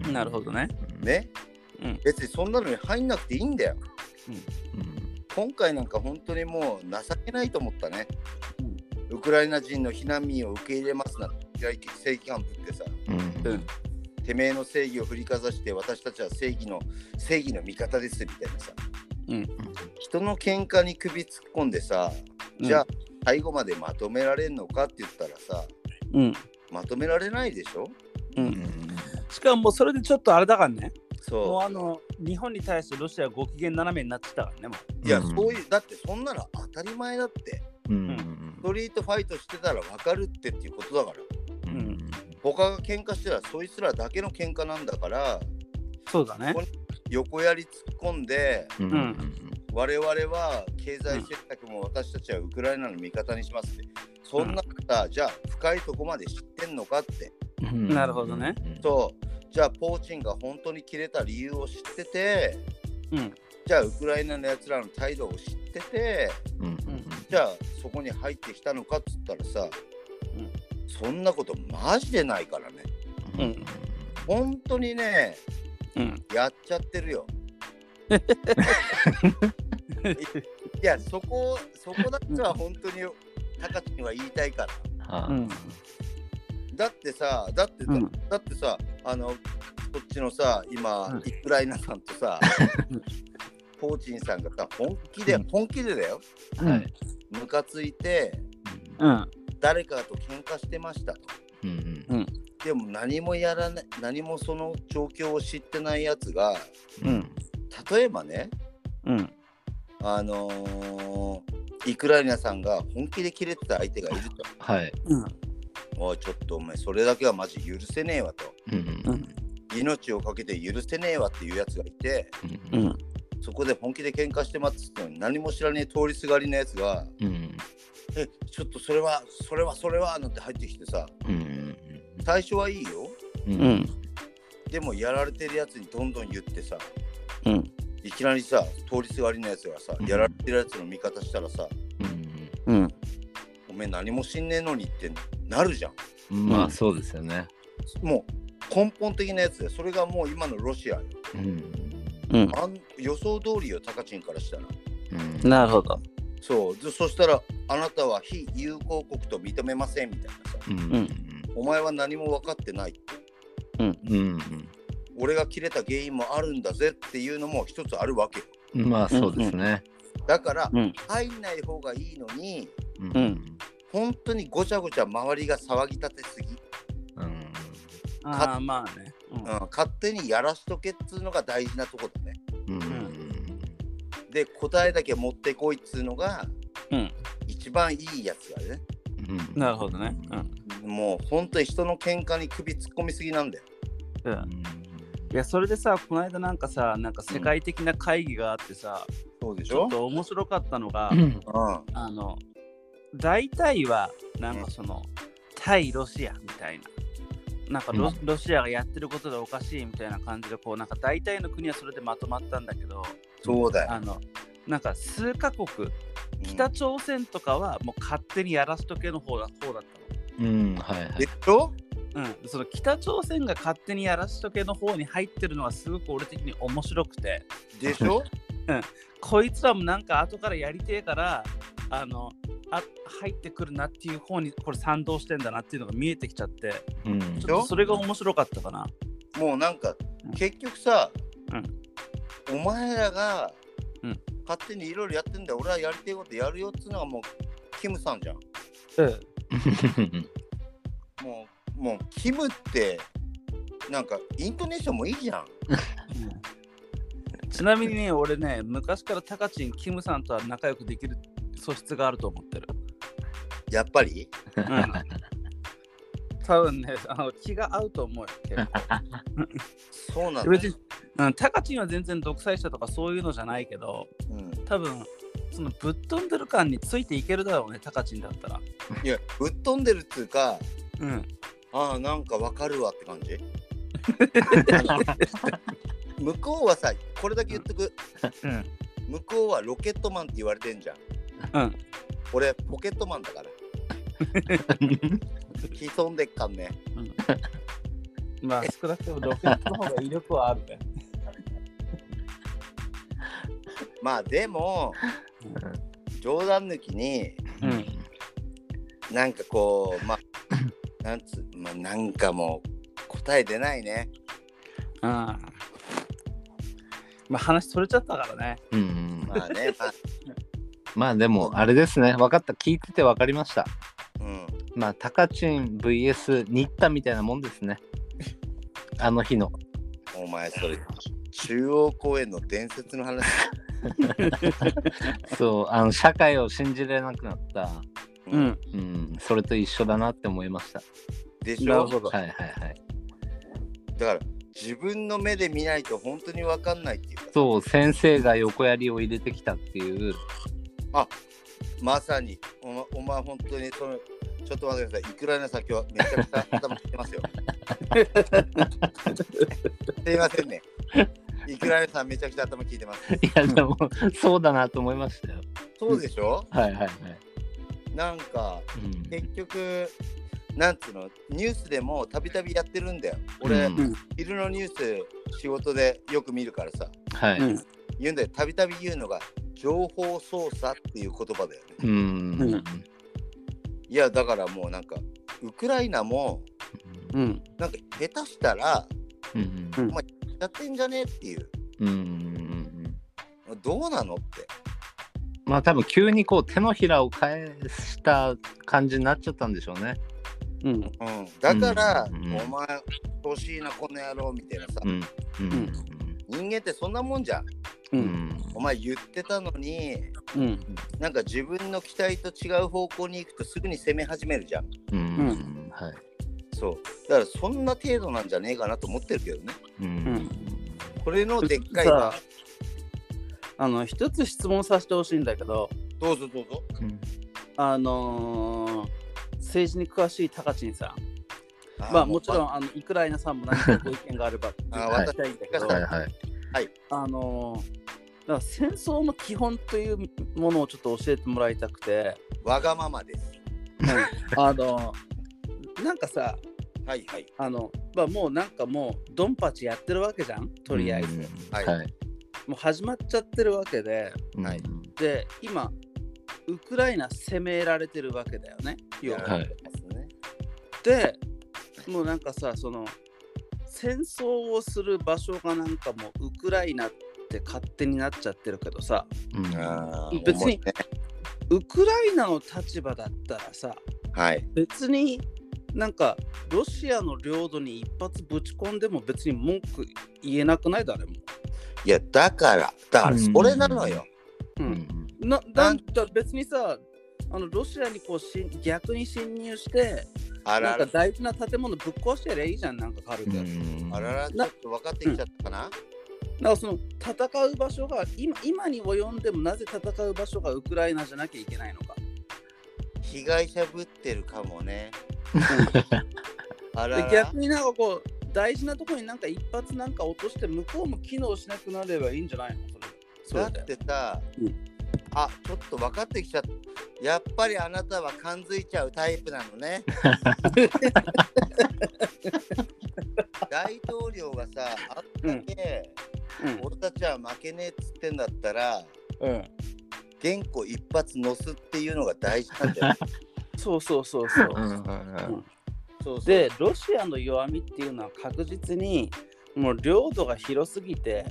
Speaker 1: うん
Speaker 5: なるほどね。
Speaker 2: ね、
Speaker 5: うん
Speaker 2: 別にそんなのに入んなくていいんだよ
Speaker 1: うん
Speaker 2: 今回なんか本当にもう情けないと思ったね、ウクライナ人の避難民を受け入れますなんて正義感ぶってさ
Speaker 1: うん
Speaker 5: うん
Speaker 2: てめえの正義を振りかざして私たちは正義の正義の味方ですみたいなさ人の喧嘩に首突っ込んでさじゃあ最後までまとめられんのかって言ったらさ
Speaker 5: うん。
Speaker 2: まとめられないでしょ
Speaker 5: うん。しかももうそれでちょっとあれだからね。もう
Speaker 2: そ
Speaker 5: あの、日本に対してロシアご機嫌斜めになってきたからね。もう
Speaker 2: ういや
Speaker 1: うん
Speaker 2: そういうだってそんなの当たり前だって
Speaker 1: うん
Speaker 2: ストリートファイトしてたら分かるってっていうことだから
Speaker 1: うんうん
Speaker 2: 他が喧嘩してたらそいつらだけの喧嘩なんだから
Speaker 5: そうだね。
Speaker 2: 横やり突っ込んで
Speaker 1: うん
Speaker 5: う
Speaker 2: 我々は経済政策も私たちはウクライナの味方にしますってそんなさじゃあ深いとこまで知ってんのかって
Speaker 1: うん
Speaker 5: なるほどね。
Speaker 2: そうじゃあポーチンが本当に切れた理由を知ってて
Speaker 5: うん。
Speaker 2: じゃあウクライナのやつらの態度を知ってて
Speaker 1: うんうん
Speaker 2: じゃあそこに入ってきたのかっつったらさ、
Speaker 5: うん
Speaker 2: そんなことマジでないからね
Speaker 1: うん
Speaker 5: うん
Speaker 2: 本当にね
Speaker 5: うん。
Speaker 2: やっちゃってるよいやそこそこだけは本当に高知には言いたいから
Speaker 1: は
Speaker 5: うん
Speaker 2: だってさだってだ,、
Speaker 5: うん
Speaker 2: だってさあのこっちのさ今、
Speaker 5: うん
Speaker 2: ウクライナさんと さ
Speaker 5: うん
Speaker 2: ポーチンさんがさ本気で、
Speaker 5: うん
Speaker 2: 本気でだよ
Speaker 5: はい。
Speaker 2: ムカついて
Speaker 5: うん。
Speaker 2: 誰かと喧嘩してましたと
Speaker 1: いうん
Speaker 2: でも何もやらない何もその状況を知ってないやつが
Speaker 1: うん
Speaker 2: 例えばね
Speaker 5: うん。
Speaker 2: あのーウクライナさんが本気で切れてた相手がいると
Speaker 1: はい
Speaker 5: うん。
Speaker 2: 「おいちょっとお前それだけはマジ許せねえわ」と
Speaker 1: うん
Speaker 2: 「命を懸けて許せねえわ」っていうやつがいて
Speaker 1: う
Speaker 5: うんん。
Speaker 2: そこで本気で喧嘩してますってのに何も知らねえ通りすがりのやつが
Speaker 1: うん
Speaker 2: 「えちょっとそれはそれはそれは」なんて入ってきてさ
Speaker 1: うん
Speaker 2: 最初はいいよ
Speaker 1: うん
Speaker 5: うん。
Speaker 2: でもやられてるやつにどんどん言ってさ
Speaker 5: うん。
Speaker 2: いきなりさ通りすがりのやつがさ
Speaker 1: うん
Speaker 2: やられてるやつの味方したらさ
Speaker 1: うん
Speaker 5: うん。
Speaker 2: 「おめえ何も知んねえのに」ってなるじゃん。
Speaker 1: まあそうですよね
Speaker 2: もう根本的なやつでそれがもう今のロシアよ
Speaker 1: うん
Speaker 5: うん。
Speaker 2: あん予想通りよタカチンからしたら
Speaker 1: うん
Speaker 5: なるほど。
Speaker 2: そうずそしたらあなたは非友好国と認めませんみたいなさ
Speaker 1: うん
Speaker 2: お前は何も分かってない
Speaker 1: うん
Speaker 2: 俺が切れた原因もあるんだぜっていうのも一つあるわけよ
Speaker 1: うん。まあそうですね。
Speaker 2: だから
Speaker 7: うん
Speaker 2: 入んない方がいいのに
Speaker 1: うん
Speaker 7: う
Speaker 2: 本当にごちゃごちゃ周りが騒ぎ立てすぎ、
Speaker 1: うん
Speaker 3: ああ、まあね。うん
Speaker 2: うん、勝手にやらしとけっつうのが大事なとこだね
Speaker 1: うん
Speaker 2: で答えだけ持ってこいっつうのが、
Speaker 3: うん
Speaker 2: 一番いいやつだね
Speaker 1: うん
Speaker 3: なるほどね。うん。
Speaker 2: もう本当に人の喧嘩に首突っ込みすぎなんだよ
Speaker 3: うんいや、それでさ、この間なんかさ、なんか世界的な会議があってさ、
Speaker 2: そうでし
Speaker 3: ちょ
Speaker 2: ょ
Speaker 3: っと面白かったのが、
Speaker 1: うん
Speaker 2: うん
Speaker 3: あの、大体は、なんかその、対ロシアみたいな。なんかロ,、ロシアがやってることでおかしいみたいな感じでこうなんか大体の国はそれでまとまったんだけど
Speaker 2: そうだよ
Speaker 3: あのなんか数カ国
Speaker 2: うん
Speaker 3: 北朝鮮とかはもう勝手にやらしとけの方だ方だったの。
Speaker 1: うんはいは
Speaker 2: で
Speaker 1: い
Speaker 2: しょ
Speaker 3: うん、その北朝鮮が勝手にやらしとけの方に入ってるのはすごく俺的に面白くて
Speaker 2: でし ょ
Speaker 3: こいつらもなんか後からやりてえからあのあ入ってくるなっていう方にこれ賛同してんだなっていうのが見えてきちゃって
Speaker 1: うん
Speaker 3: ちょっとそれが面白かったかな。
Speaker 2: もうなんか
Speaker 3: うん
Speaker 2: 結局さ、
Speaker 3: う
Speaker 2: お前らが
Speaker 3: うん
Speaker 2: 勝手にいろいろやってんだよ俺はやりたいことやるよっつうのがもうキムさんじゃん
Speaker 3: うん、
Speaker 2: もうもうキムってなんかイントネーションもいいじゃん
Speaker 3: ちなみにね俺ね昔からタカチンキムさんとは仲良くできる素質があると思ってる。
Speaker 2: やっぱり
Speaker 3: うん、多分ねあの気が合うと思うよ結構
Speaker 2: そうなんだ、
Speaker 3: 別に、うん、タカチンは全然独裁者とかそういうのじゃないけど
Speaker 2: うん、
Speaker 3: 多分そのぶっ飛んでる感についていけるだろうねタカチンだったら
Speaker 2: いやぶっ飛んでるっつうか
Speaker 3: うん
Speaker 2: ああなんかわかるわって感 じ向こうはさこれだけ言っとく、
Speaker 3: うん
Speaker 2: 向こうはロケットマンって言われてんじゃん
Speaker 3: うん
Speaker 2: 俺ポケットマンだから 潜んでっかんね
Speaker 3: まあ少なくともロケットの方が威力はあるね
Speaker 2: まあでも冗談抜きに
Speaker 3: うん
Speaker 2: なんかこう まあなんつう、まあ、なんかもう答え出ないね
Speaker 3: あまあ話それちゃったからね
Speaker 1: うん
Speaker 2: まあ ねまあ
Speaker 1: まあでもあれですね分かった聞いてて分かりました
Speaker 2: うん
Speaker 1: まあタカチン VS ニッタみたいなもんですねあの日の
Speaker 2: お前それ中央公園の伝説の話
Speaker 1: そうあの社会を信じれなくなった、
Speaker 2: う
Speaker 1: うん、それと一緒だなって思いました
Speaker 2: でし
Speaker 3: なる
Speaker 2: ょ
Speaker 3: ほど、
Speaker 1: はいはいはい
Speaker 2: だから自分の目で見ないと本当に分かんないっていうか
Speaker 1: そう先生が横槍を入れてきたって いう
Speaker 2: まさにお,、ま、お前本当にそのちょっと待ってくださいいくらの先はめちゃくちゃ頭きてま すよすいませんねいくらねさんめちゃくちゃ頭きいてます
Speaker 1: いやでも、そうだなと思いましたよ
Speaker 2: そうでしょ
Speaker 1: はいはいはい、
Speaker 2: なんか
Speaker 1: うん
Speaker 2: 結局なんつうのニュースでもたびたびやってるんだよ俺、
Speaker 1: うん
Speaker 2: 昼のニュース仕事でよく見るからさ
Speaker 1: はい、
Speaker 3: うん
Speaker 2: 言うんだよたびたび言うのが情報操作っていう言葉だよね
Speaker 1: うん
Speaker 3: うん
Speaker 2: いやだからもうなんかウクライナも
Speaker 3: うん
Speaker 2: なんか下手したら
Speaker 1: うん
Speaker 2: やってんじゃねえっていう
Speaker 1: うん
Speaker 2: どうなのって
Speaker 1: まあ多分急にこう手のひらを返した感じになっちゃったんでしょうね。
Speaker 7: うん
Speaker 2: うん、だから、
Speaker 1: うん
Speaker 2: お前欲しいなこの野郎みたいなさ、
Speaker 1: うんうん
Speaker 2: 人間ってそんなもんじゃん
Speaker 7: う
Speaker 1: うんん
Speaker 2: お前言ってたのに
Speaker 7: うん
Speaker 2: なんか自分の期待と違う方向に行くとすぐに攻め始めるじゃん
Speaker 1: うんはい
Speaker 2: そうだからそんな程度なんじゃねえかなと思ってるけどね
Speaker 1: うん
Speaker 2: これのでっかい
Speaker 3: さ
Speaker 2: な
Speaker 3: ああの一つ質問させてほしいんだけど
Speaker 2: どうぞどうぞ
Speaker 3: あのー政治に詳しいタカチンさん
Speaker 2: あ
Speaker 3: まあもちろ
Speaker 2: ん
Speaker 3: んあのいくらいなさんも何かご意 見があれば
Speaker 2: あ
Speaker 1: はい
Speaker 3: 聞きたいんだけど、
Speaker 1: はいはい。
Speaker 3: あのーだから戦争の基本というものをちょっと教えてもらいたく て、
Speaker 2: わがままです
Speaker 3: あのーなんかさ
Speaker 2: はいはい
Speaker 3: あの、まあ、もうなんかもうドンパチやってるわけじゃんとりあえず、も
Speaker 1: はい。
Speaker 3: う始まっちゃってるわけでで今ウクライナ攻められてるわけだよね要は
Speaker 2: やられてますね
Speaker 3: でもうなんかさその戦争をする場所がなんかもうウクライナって勝手になっちゃってるけどさ
Speaker 1: うん
Speaker 2: あー
Speaker 3: 別に
Speaker 2: 重いね
Speaker 3: ウクライナの立場だったらさ
Speaker 2: はい
Speaker 3: 別になんかロシアの領土に一発ぶち込んでも別に文句言えなくない誰も。
Speaker 2: いやだからだからそれなのよ、
Speaker 3: う
Speaker 1: うんん
Speaker 3: ななんだ別にさあのロシアにこうし逆に侵入して
Speaker 2: あ
Speaker 3: な
Speaker 2: ら
Speaker 3: ん
Speaker 2: ら
Speaker 3: か大事な建物ぶっ壊してやりゃいいじゃんなんか軽く、
Speaker 1: うん
Speaker 2: あららちょっと分かってきちゃったかな、
Speaker 3: なんかその戦う場所が今今に及んでもなぜ戦う場所がウクライナじゃなきゃいけないのか
Speaker 2: 被害者ぶってるかもねあら
Speaker 3: で
Speaker 2: ら
Speaker 3: 逆になんかこう大事なとこになんか一発なんか落として向こうも機能しなくなればいいんじゃないのそれ
Speaker 2: だ
Speaker 3: それ
Speaker 2: っ
Speaker 3: で
Speaker 2: てさ、
Speaker 3: うん
Speaker 2: あちょっと分かってきちゃったやっぱりあなたは感づいちゃうタイプなの ね大統領がさあんだけ、俺たちは負けねえっつってんだったら
Speaker 3: うん、うん、
Speaker 2: 原稿一発のすっていうのが大事なんだよ
Speaker 3: そうそうそうそう
Speaker 1: うん
Speaker 2: そうそう
Speaker 3: でロシアの弱みっていうのは確実にもう領土が広すぎて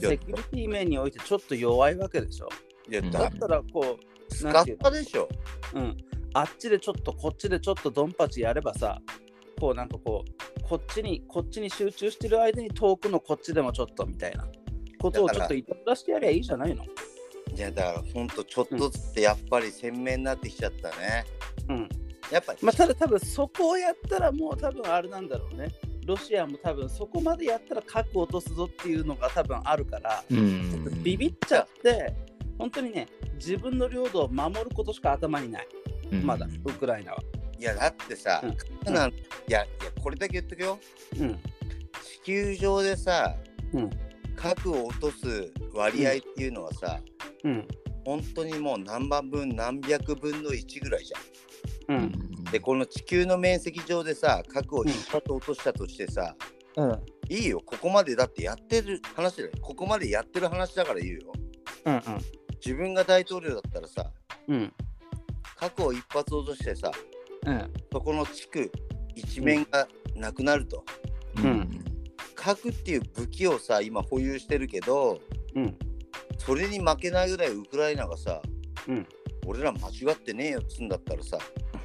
Speaker 3: セキュリティ面においてちょっと弱いわけでしょ
Speaker 2: いや
Speaker 3: だ
Speaker 2: だ
Speaker 3: ったらこう
Speaker 2: ス
Speaker 3: な
Speaker 2: カ
Speaker 3: んてい
Speaker 2: ッ
Speaker 3: う
Speaker 2: パでしょ
Speaker 3: のうん、あっちでちょっとこっちでちょっとドンパチやればさこうなんかこうこっちにこっちに集中してる間に遠くのこっちでもちょっとみたいなことを
Speaker 2: だか
Speaker 3: ちょ
Speaker 2: ら
Speaker 3: っといたずらしてやりゃいいじゃないの
Speaker 2: いやだからほんとちょっとずつってやっぱり鮮明になってきちゃったね
Speaker 3: うん
Speaker 2: やっぱり
Speaker 3: まあただ多分そこをやったらもう多分あれなんだろうねロシアも多分そこまでやったら核落とすぞっていうのが多分あるから、
Speaker 1: うん
Speaker 3: ちょっとビビっちゃって、本当にね、自分の領土を守ることしか頭にない、
Speaker 1: うん
Speaker 3: まだ、ウクライナは。
Speaker 2: いやだってさ、
Speaker 3: うん
Speaker 2: 核なんいやいやこれだけ言っとくよ
Speaker 3: うん、
Speaker 2: 地球上でさ、
Speaker 3: うん
Speaker 2: 核を落とす割合っていうのはさ、
Speaker 3: うん、
Speaker 2: 本当にもう何万分何百分の1ぐらいじゃん。
Speaker 3: う、
Speaker 1: うんん
Speaker 2: でこの地球の面積上でさ核を一発落としたとしてさ、
Speaker 3: うん、
Speaker 2: いいよここまでだってやってる話だよここまでやってる話だから言うよ。
Speaker 3: うん、
Speaker 2: 自分が大統領だったらさ
Speaker 3: うん、
Speaker 2: 核を一発落としてさ
Speaker 3: うん、
Speaker 2: そこの地区一面がなくなると、
Speaker 1: うん
Speaker 2: 核っていう武器をさ今保有してるけど
Speaker 3: うん、
Speaker 2: それに負けないぐらいウクライナがさ、
Speaker 3: うん
Speaker 2: 俺ら間違ってねえよっつんだったらさ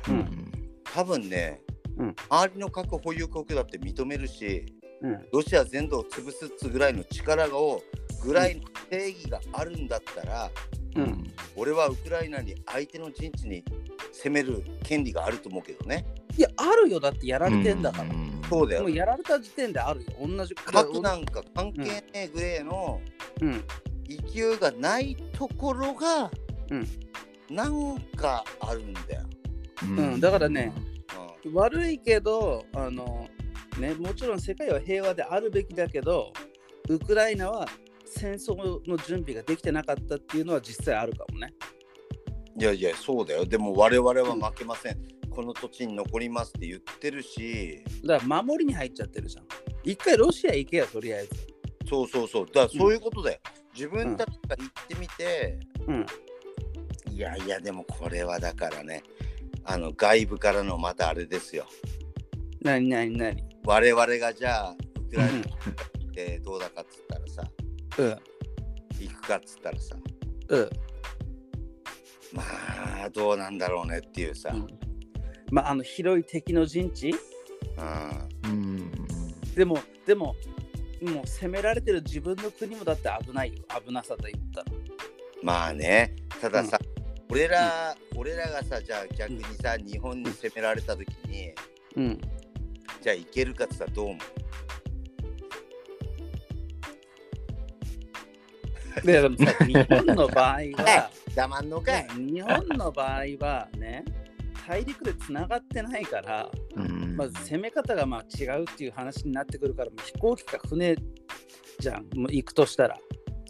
Speaker 1: うん
Speaker 2: 多分ね、
Speaker 3: うん
Speaker 2: 周りの核保有国だって認めるし
Speaker 3: うん、
Speaker 2: ロシア全土を潰すっつぐらいの力をぐらいの定義があるんだったら、
Speaker 3: うん、
Speaker 2: 俺はウクライナに相手の陣地に攻める権利があると思うけどね。
Speaker 3: いや、あるよ、だってやられてんだから。
Speaker 2: そうだ
Speaker 3: も
Speaker 2: よ
Speaker 3: うやられた時点であるよ、同じ
Speaker 2: 核なんか関係ねえぐらいの
Speaker 3: うん、
Speaker 2: 勢いがないところが、
Speaker 3: うん
Speaker 2: なんかあるんだよ。
Speaker 3: うんだからね
Speaker 2: うん
Speaker 3: 悪いけど、あの、ね、もちろん世界は平和であるべきだけど、ウクライナは戦争の準備ができてなかったっていうのは実際あるかもね。
Speaker 2: いやいやそうだよでも我々は負けません、この土地に残りますって言ってるし
Speaker 3: だから守りに入っちゃってるじゃん。一回ロシア行けよ、とりあえず。
Speaker 2: そうそうそうだからそういうことだよ、自分たちが行ってみて、
Speaker 3: うん
Speaker 2: いやいやでもこれはだからねあの外部からのまたあれですよ
Speaker 3: なになになに
Speaker 2: 我々がじゃあウクライナに行ってどうだかっつったらさ
Speaker 3: うん。
Speaker 2: 行くかっつったらさ
Speaker 3: うん。
Speaker 2: まあどうなんだろうねっていうさ、う
Speaker 3: うんんまあ、あの、広い敵の陣地
Speaker 1: うん
Speaker 3: でも、でも、もう攻められてる自分の国もだって危ないよ。危なさと言ったら。
Speaker 2: まあねたださ、俺ら、俺らがさじゃあ逆にさ、日本に攻められた時に、
Speaker 3: うん。
Speaker 2: じゃあいけるかってさどう思う
Speaker 3: で、でもさ、日本の場合は、
Speaker 2: 黙んの
Speaker 3: ね日本の場合はね、大陸でつながってないから、
Speaker 1: うん
Speaker 3: まず攻め方がまあ違うっていう話になってくるから、もう飛行機か船じゃん、もう行くとしたら。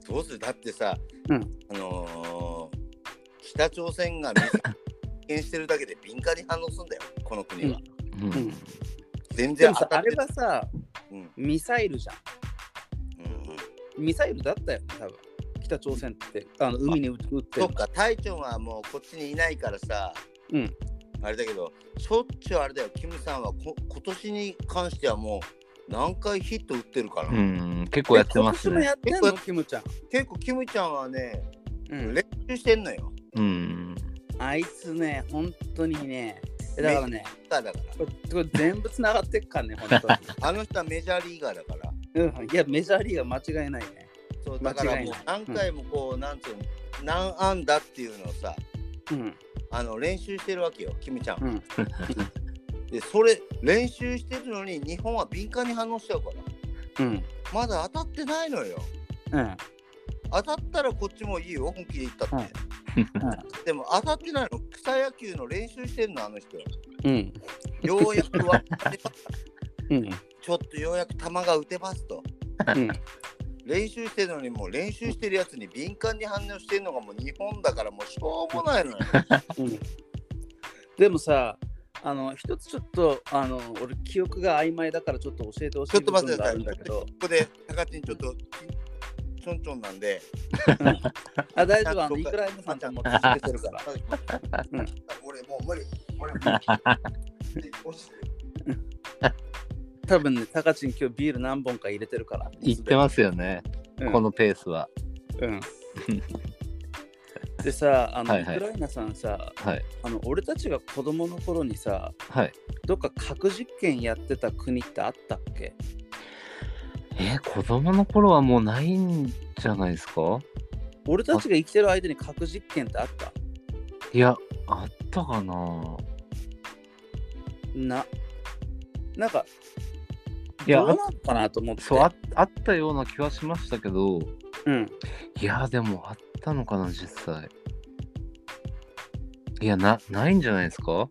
Speaker 2: どうするだってさ、
Speaker 3: うん
Speaker 2: あのー北朝鮮が未経験してるだけで敏感に反応するんだよこの国は、
Speaker 1: うん
Speaker 3: うん
Speaker 2: 全
Speaker 3: で
Speaker 2: 然
Speaker 3: もさ、
Speaker 2: 当た
Speaker 3: あ
Speaker 2: って
Speaker 3: れはさ、
Speaker 2: うんうん
Speaker 3: ミサイルじゃん。
Speaker 2: うん
Speaker 3: ミサイルだったよね、多分北朝鮮って、あの海に撃撃って
Speaker 2: そ
Speaker 3: る
Speaker 2: っかタイチョンはもうこっちにいないからさ、
Speaker 3: うん
Speaker 2: あれだけどしょっちゅうあれだよキムさんはこ今年に関してはもう何回ヒット打ってるから、
Speaker 1: うん、結構やってます
Speaker 3: 今年も
Speaker 1: ね。
Speaker 3: やってんの、キムちゃん。
Speaker 2: 結構キムちゃんはね
Speaker 3: うん、
Speaker 2: 練習してんのよ
Speaker 1: うん。
Speaker 3: あいつね、本当にね、だからね、
Speaker 2: スターだから
Speaker 3: これこれ全部つながってっからね、本当に。
Speaker 2: あの人はメジャーリーガーだから
Speaker 3: うん、いや、メジャーリーガー間違いないね。
Speaker 2: そうだからもう
Speaker 3: 間違いな
Speaker 2: 何回もこう、なんつうの何安打っていうのをさ
Speaker 3: うん、
Speaker 2: あの練習してるわけよキムちゃん、
Speaker 3: うん
Speaker 2: でそれ練習してるのに日本は敏感に反応しちゃうから
Speaker 3: うん、
Speaker 2: まだ当たってないのよ
Speaker 3: うん。
Speaker 2: 当たったらこっちもいいよ本気でいったって、
Speaker 3: はい
Speaker 2: でも当たってないの草野球の練習してんのあの人
Speaker 3: うん、
Speaker 2: ようやくわ
Speaker 3: うん、
Speaker 2: ちょっとようやく球が打てますと
Speaker 3: うん。
Speaker 2: 練習してるのにもう練習してるやつに敏感に反応してんのがもう日本だからもうしょうもないのよ
Speaker 3: うんでもさあの一つちょっとあの俺記憶が曖昧だからちょっと教えてほしい
Speaker 2: ちょっと待ってくだ
Speaker 3: 部分があ
Speaker 2: さい
Speaker 3: るんだけど
Speaker 2: ここで高知にちょっとちょんちょんなんで
Speaker 3: あ大丈夫あのいくら皆さんとも続けてるからうん
Speaker 2: 俺もう無理俺もう で落ちて
Speaker 3: 多分ね高知に今日ビール何本か入れてるから
Speaker 1: 言ってますよね、
Speaker 3: うん
Speaker 1: このペースは。
Speaker 3: うんでさあの、
Speaker 1: はいはい
Speaker 3: ウクライナさんさ
Speaker 1: はい。
Speaker 3: あの俺たちが子供の頃にさ
Speaker 1: はい。
Speaker 3: どっか核実験やってた国ってあったっけ
Speaker 1: え、子供の頃はもうないんじゃないですか
Speaker 3: 俺たちが生きてる間に核実験ってあった
Speaker 1: いや、あったかな
Speaker 3: ななんか
Speaker 1: いや
Speaker 3: どうなのかなと思って
Speaker 1: そうあ、あったような気はしましたけど、
Speaker 3: うん
Speaker 1: いや、でもあったのかな、実際。いや、な、ないんじゃないですか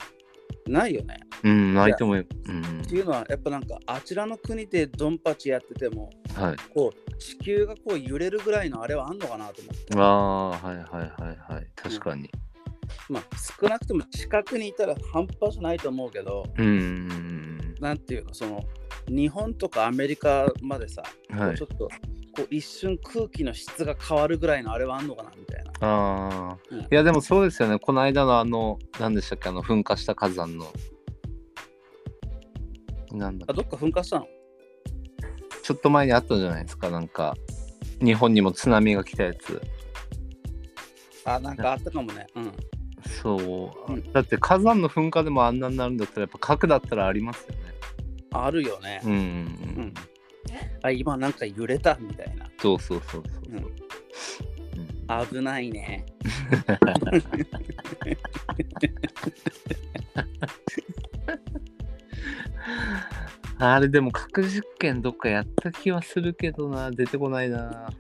Speaker 3: ないよね。
Speaker 1: うん、ないと思う。うん
Speaker 3: っ。ていうのはやっぱなんかあちらの国でドンパチやってても
Speaker 1: はい。
Speaker 3: こう地球がこう揺れるぐらいのあれはあんのかなと思って
Speaker 1: ああ、はいはいはいはい。確かに。
Speaker 3: まあ少なくとも近くにいたら半端じゃないと思うけど
Speaker 1: うんうん。
Speaker 3: なんていうのその日本とかアメリカまでさ、
Speaker 1: うんはい
Speaker 3: ちょ。っとこう一瞬空気の質が変わるぐらいのあれはあんのかなみたいな。
Speaker 1: ああ、
Speaker 3: うん
Speaker 1: いやでもそうですよね。この間のあの、何でしたっけ、あの噴火した火山の。なんだ
Speaker 3: あどっか噴火したの
Speaker 1: ちょっと前にあったじゃないですか、なんか。日本にも津波が来たやつ。
Speaker 3: あなんかあったかもね。うん。
Speaker 1: そう。
Speaker 3: うん
Speaker 1: だって火山の噴火でもあんなになるんだったら、やっぱ核だったらありますよね。
Speaker 3: あるよね。
Speaker 1: うん、うんう
Speaker 3: うん
Speaker 1: ん。
Speaker 3: あ今なんか揺れたみたいな。
Speaker 1: そうそうそうそう。
Speaker 3: う
Speaker 1: うんん
Speaker 3: 危ないね。
Speaker 1: あれでも核実験どっかやった気はするけどな出てこないな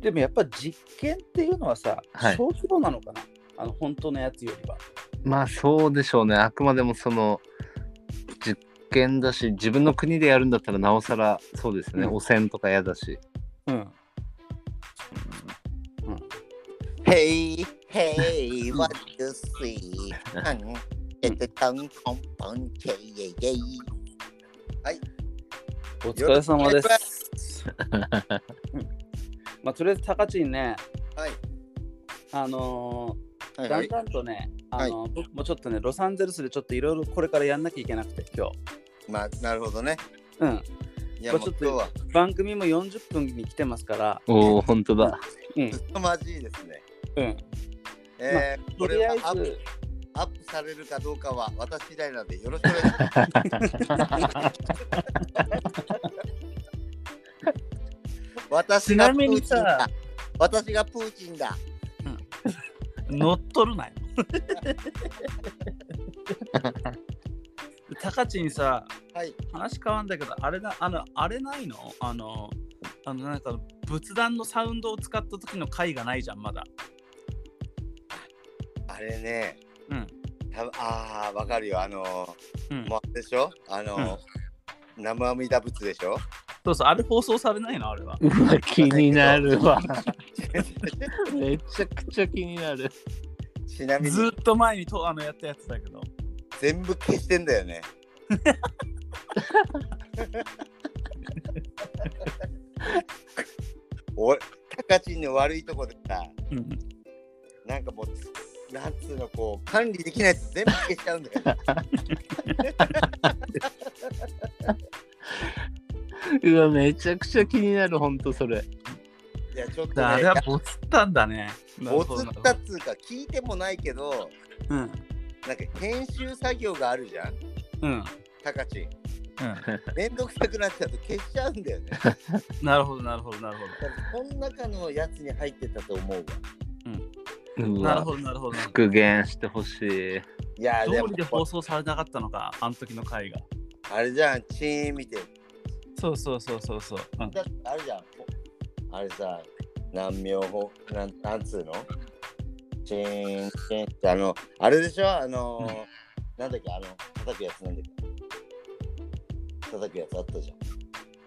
Speaker 3: でもやっぱ実験っていうのはさ、
Speaker 1: はい
Speaker 3: 小規模なのかなあの本当のやつよりは。
Speaker 1: まあそうでしょうね。あくまでもその実験だし、自分の国でやるんだったらなおさらそうですね。
Speaker 3: うん
Speaker 1: 汚染とか嫌だし。
Speaker 3: うん。
Speaker 2: Hey, hey, what you see? パン、えっと、パン、パン、パン、ケイエイエイ。
Speaker 3: お疲れ様です。うんまあ、とりあえず、高知にね、
Speaker 2: はい、
Speaker 3: あの
Speaker 2: はい、
Speaker 3: ー
Speaker 2: はい。
Speaker 3: だんだんとね、
Speaker 2: はい
Speaker 3: あのー僕もちょっとね、ロサンゼルスでちょっといろいろこれからやんなきゃいけなくて、今日。
Speaker 2: まあ、なるほどね。
Speaker 3: うん。
Speaker 2: いや、
Speaker 3: ま
Speaker 2: も
Speaker 3: あち
Speaker 2: う
Speaker 3: ょっと
Speaker 2: 今日は、
Speaker 3: 番組も40分に来てますから、
Speaker 1: おお、本当だ。
Speaker 3: うん
Speaker 2: ず。っとまじいですね。
Speaker 3: うん、
Speaker 2: えー、
Speaker 3: と
Speaker 2: こ
Speaker 3: り
Speaker 2: れ
Speaker 3: あ
Speaker 2: は
Speaker 3: え
Speaker 2: アップ
Speaker 3: ず、
Speaker 2: アップされるかどうかは私次第なんで、よろしくお願いします。 私
Speaker 5: ち
Speaker 2: が
Speaker 5: な
Speaker 2: プ
Speaker 5: み
Speaker 2: ー
Speaker 5: に
Speaker 2: チン
Speaker 5: さ
Speaker 2: だ。、私がプーチンだ。
Speaker 5: 乗っ取 るなよ。高知にさ、
Speaker 2: はい
Speaker 5: 話変わんだけど、あれだ、あの、あれないのあの、あの、なんか仏壇のサウンドを使った時の回がないじゃん、まだ。
Speaker 2: あれね、
Speaker 5: うん。
Speaker 2: たああ、わかるよ。あのー、
Speaker 5: うん、
Speaker 2: もうあれでしょあの、生阿弥陀仏でしょ
Speaker 5: そうそう、あれ放送されないの、あれは。
Speaker 1: うわ、気になる わ。
Speaker 2: ち
Speaker 1: めちゃくちゃ気になる。
Speaker 2: なみ
Speaker 5: ず
Speaker 2: に
Speaker 5: っと前にとあのやったやつだけど。
Speaker 2: 全部消してんだよ ね。俺、高知の悪いとこでさ、
Speaker 5: うん。
Speaker 2: なんかもうつ、なんつうのこう管理できないやつ全部消しちゃうんだよ ね
Speaker 1: うわ、めちゃくちゃ気になる、ほんとそれ。
Speaker 2: いやちょっと
Speaker 3: あ
Speaker 2: ね
Speaker 3: れはボツったんだね。
Speaker 2: ボツったっつうか聞いてもないけど
Speaker 3: うん。
Speaker 2: なんか編集作業があるじゃん
Speaker 3: うん。
Speaker 2: タカチめんどくさくなっちゃうと消しちゃうんだよね
Speaker 3: なるほど、なるほど、なるほ
Speaker 2: だからこの中のやつに入ってたと思うわ
Speaker 1: う
Speaker 3: ど。なる
Speaker 1: わ、
Speaker 3: ほど、なるほど。
Speaker 1: 復元してほしい。
Speaker 2: いや
Speaker 3: ど
Speaker 2: で
Speaker 3: う
Speaker 2: も
Speaker 3: りで放送されなかったのか、あの時の回が。
Speaker 2: あれじゃんチーン見て
Speaker 3: そうそうそうそうそう。うん
Speaker 2: だってあれじゃんあれさ難病法なんなんつうのチーンチーンってあのあれでしょあのーなんだっけあの叩くやつなんだっけ叩くやつあったじゃん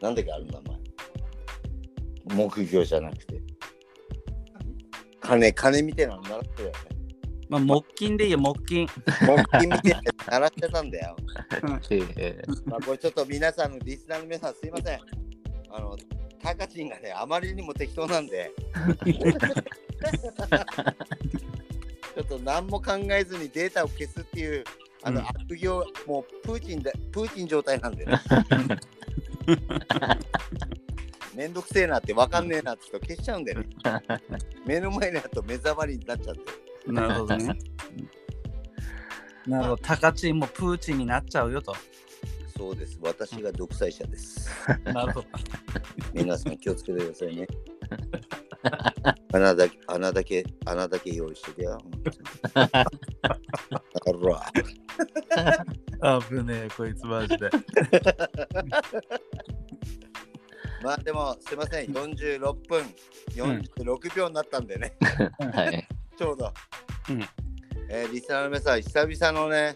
Speaker 2: なんだっけある名前木魚じゃなくて金金みたいなの習ってたよね
Speaker 3: まあ、木琴でいいよ、木 琴。
Speaker 2: 木琴みたいなの習ってたんだよ
Speaker 1: え
Speaker 2: まあこれちょっと皆さんのリスナーの皆さんすいません。あの、タカチンがね、あまりにも適当なんで。ちょっと何も考えずにデータを消すっていう、あの、
Speaker 3: うん
Speaker 2: 悪行、もうプーチンだ、プーチン状態なんで、 ね。めんどくせえなって分かんねえなって言うと消しちゃうんだよね。目の前のやつと目障りになっちゃって。
Speaker 3: なるほどね。 なるほど、高知もプーチンになっちゃうよと。
Speaker 2: そうです。私が独裁者です。
Speaker 3: なるほど。
Speaker 2: 皆さん気をつけてくださいね。 穴だけ、穴だけ、穴だけ用意しててよ。 ほんとにあら、
Speaker 3: 危ねえ、こいつマジで。
Speaker 2: まあでもすいません、46分46秒になったんでね、
Speaker 1: ーはい。
Speaker 2: ちょうど。
Speaker 3: うん
Speaker 2: えーリスナーの皆さん、久々のね、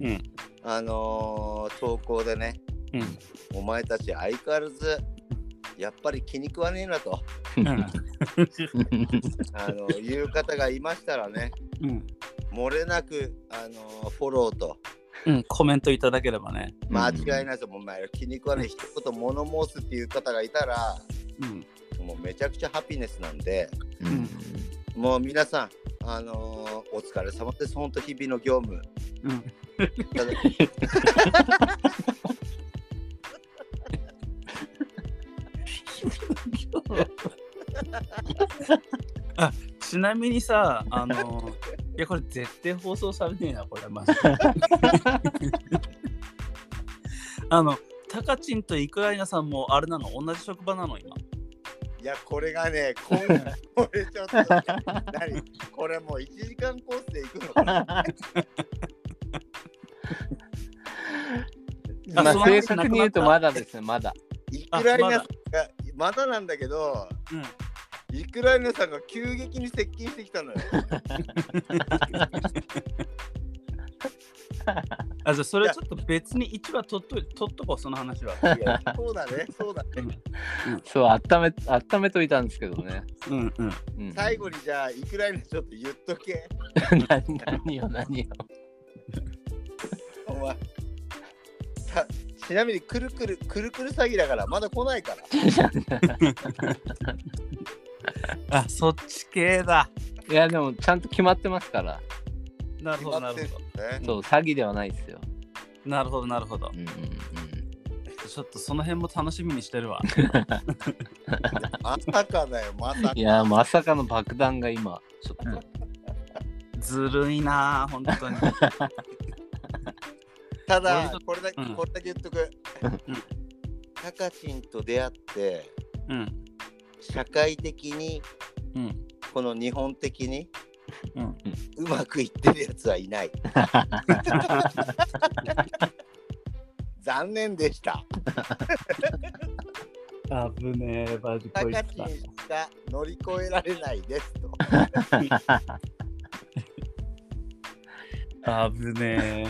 Speaker 3: うん
Speaker 2: あのー投稿でね、
Speaker 3: うん
Speaker 2: お前たち相変わらず、やっぱり気に食わねえなと、あの いう方がいましたらね、
Speaker 3: うん。
Speaker 2: 漏れなく、あのーフォローと、
Speaker 3: うん、コメントいただければね。
Speaker 2: 間違いないですよ、もうお前ら気に食わない一言物申すっていう方がいたら、
Speaker 3: うん。
Speaker 2: もうめちゃくちゃハピネスなんで、
Speaker 1: うん
Speaker 2: もう皆さん、あのーお疲れ様です、本当、日々の業 務。
Speaker 3: うん。
Speaker 2: ただ
Speaker 3: ちなみにさ、あの、いや、これ絶対放送されねえな、これ、マジで。あの、タカチンとイクライナさんもあれなの、同じ職場なの、今。
Speaker 2: いや、これがね、こんこれちょっと、何これもう1時間コースで行くのかな。
Speaker 3: あ
Speaker 1: まあ
Speaker 3: その
Speaker 1: 正確に言うとまだですね、まだ。
Speaker 2: いくらりな
Speaker 3: あ
Speaker 2: さんが、まだなんだけど、
Speaker 3: うん。
Speaker 2: いくらりなさんが急激に接近してきたのよ。
Speaker 3: あ、じゃあそれちょっと別に一話取っと取っとこう、その話は。
Speaker 2: いやそうだね、そうだね。
Speaker 1: そう、温め、温めといたんですけどね。
Speaker 3: うんうん。
Speaker 1: うん
Speaker 2: 最後にじゃあ、いくらりなちょっと言っとけ。
Speaker 1: 何何よ、何よ。
Speaker 2: お前さちなみにくるくるくるくる詐欺だからまだ来ないから
Speaker 3: あ、そっち系だ。
Speaker 1: いや、でも、ちゃんと決まってますから。
Speaker 3: なるほど、な
Speaker 2: 決まって
Speaker 3: る
Speaker 2: ん
Speaker 3: ほ
Speaker 2: ね
Speaker 1: そう、詐欺ではないですよ。
Speaker 3: ど。なるほど、なるほど
Speaker 1: う。んうんうん。
Speaker 3: ちょっとその辺も楽しみにしてる わ。
Speaker 2: まさかだよまさか
Speaker 1: いや、まさかの爆弾が今、ちょっと。
Speaker 3: ずるいなあ、本当に。
Speaker 2: た
Speaker 3: 俺
Speaker 2: だ
Speaker 3: と
Speaker 2: これだけ、
Speaker 3: うん
Speaker 2: これだけ言っとく
Speaker 3: うん
Speaker 2: タカチンと出会って
Speaker 3: うん。
Speaker 2: 社会的に
Speaker 3: うん。
Speaker 2: この日本的に、
Speaker 3: う
Speaker 2: うんまくいってるやつはい ない残念でした
Speaker 3: 危ねえ、マジ
Speaker 2: タ
Speaker 3: こい
Speaker 2: カ
Speaker 3: つ
Speaker 2: チ
Speaker 3: だ
Speaker 2: ン。しか乗り越えられないですと
Speaker 3: 危ね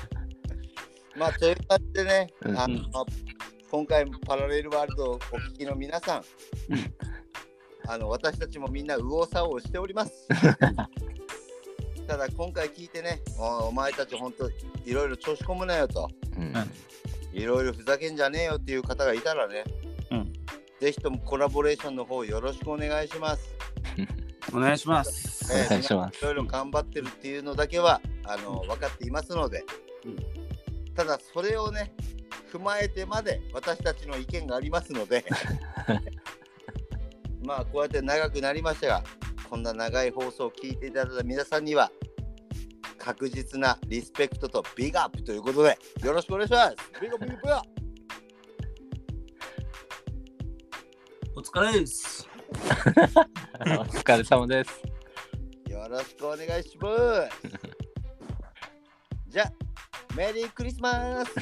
Speaker 2: まあ、という感じでね、
Speaker 1: うん
Speaker 2: あの今回もパラレルワールドをお聞きの皆さん、あの私たちもみんな右往左往してお ります。ただ今回聞いてね、おお前たち本当いろいろ調子込むなよと、
Speaker 1: うん
Speaker 2: いろいろふざけんじゃねえよっていう方がいたらね、
Speaker 3: うん
Speaker 2: ぜひともコラボレーションの方よろしくお願いします。
Speaker 5: お願いします。
Speaker 1: お願いします
Speaker 2: いろいろ頑張ってるっていうのだけはあの分かっていますので、
Speaker 5: うん
Speaker 2: ただそれをね踏まえてまで私たちの意見がありますの でまあこうやって長くなりましたがこんな長い放送を聞いていただいた皆さんには確実なリスペクトとビッグアップということでよろしくお願いしますビッグアップビッグアップ
Speaker 5: お疲れです。
Speaker 1: お疲れ様です。
Speaker 2: よろしくお願いし ます。じゃあ、メリークリスマス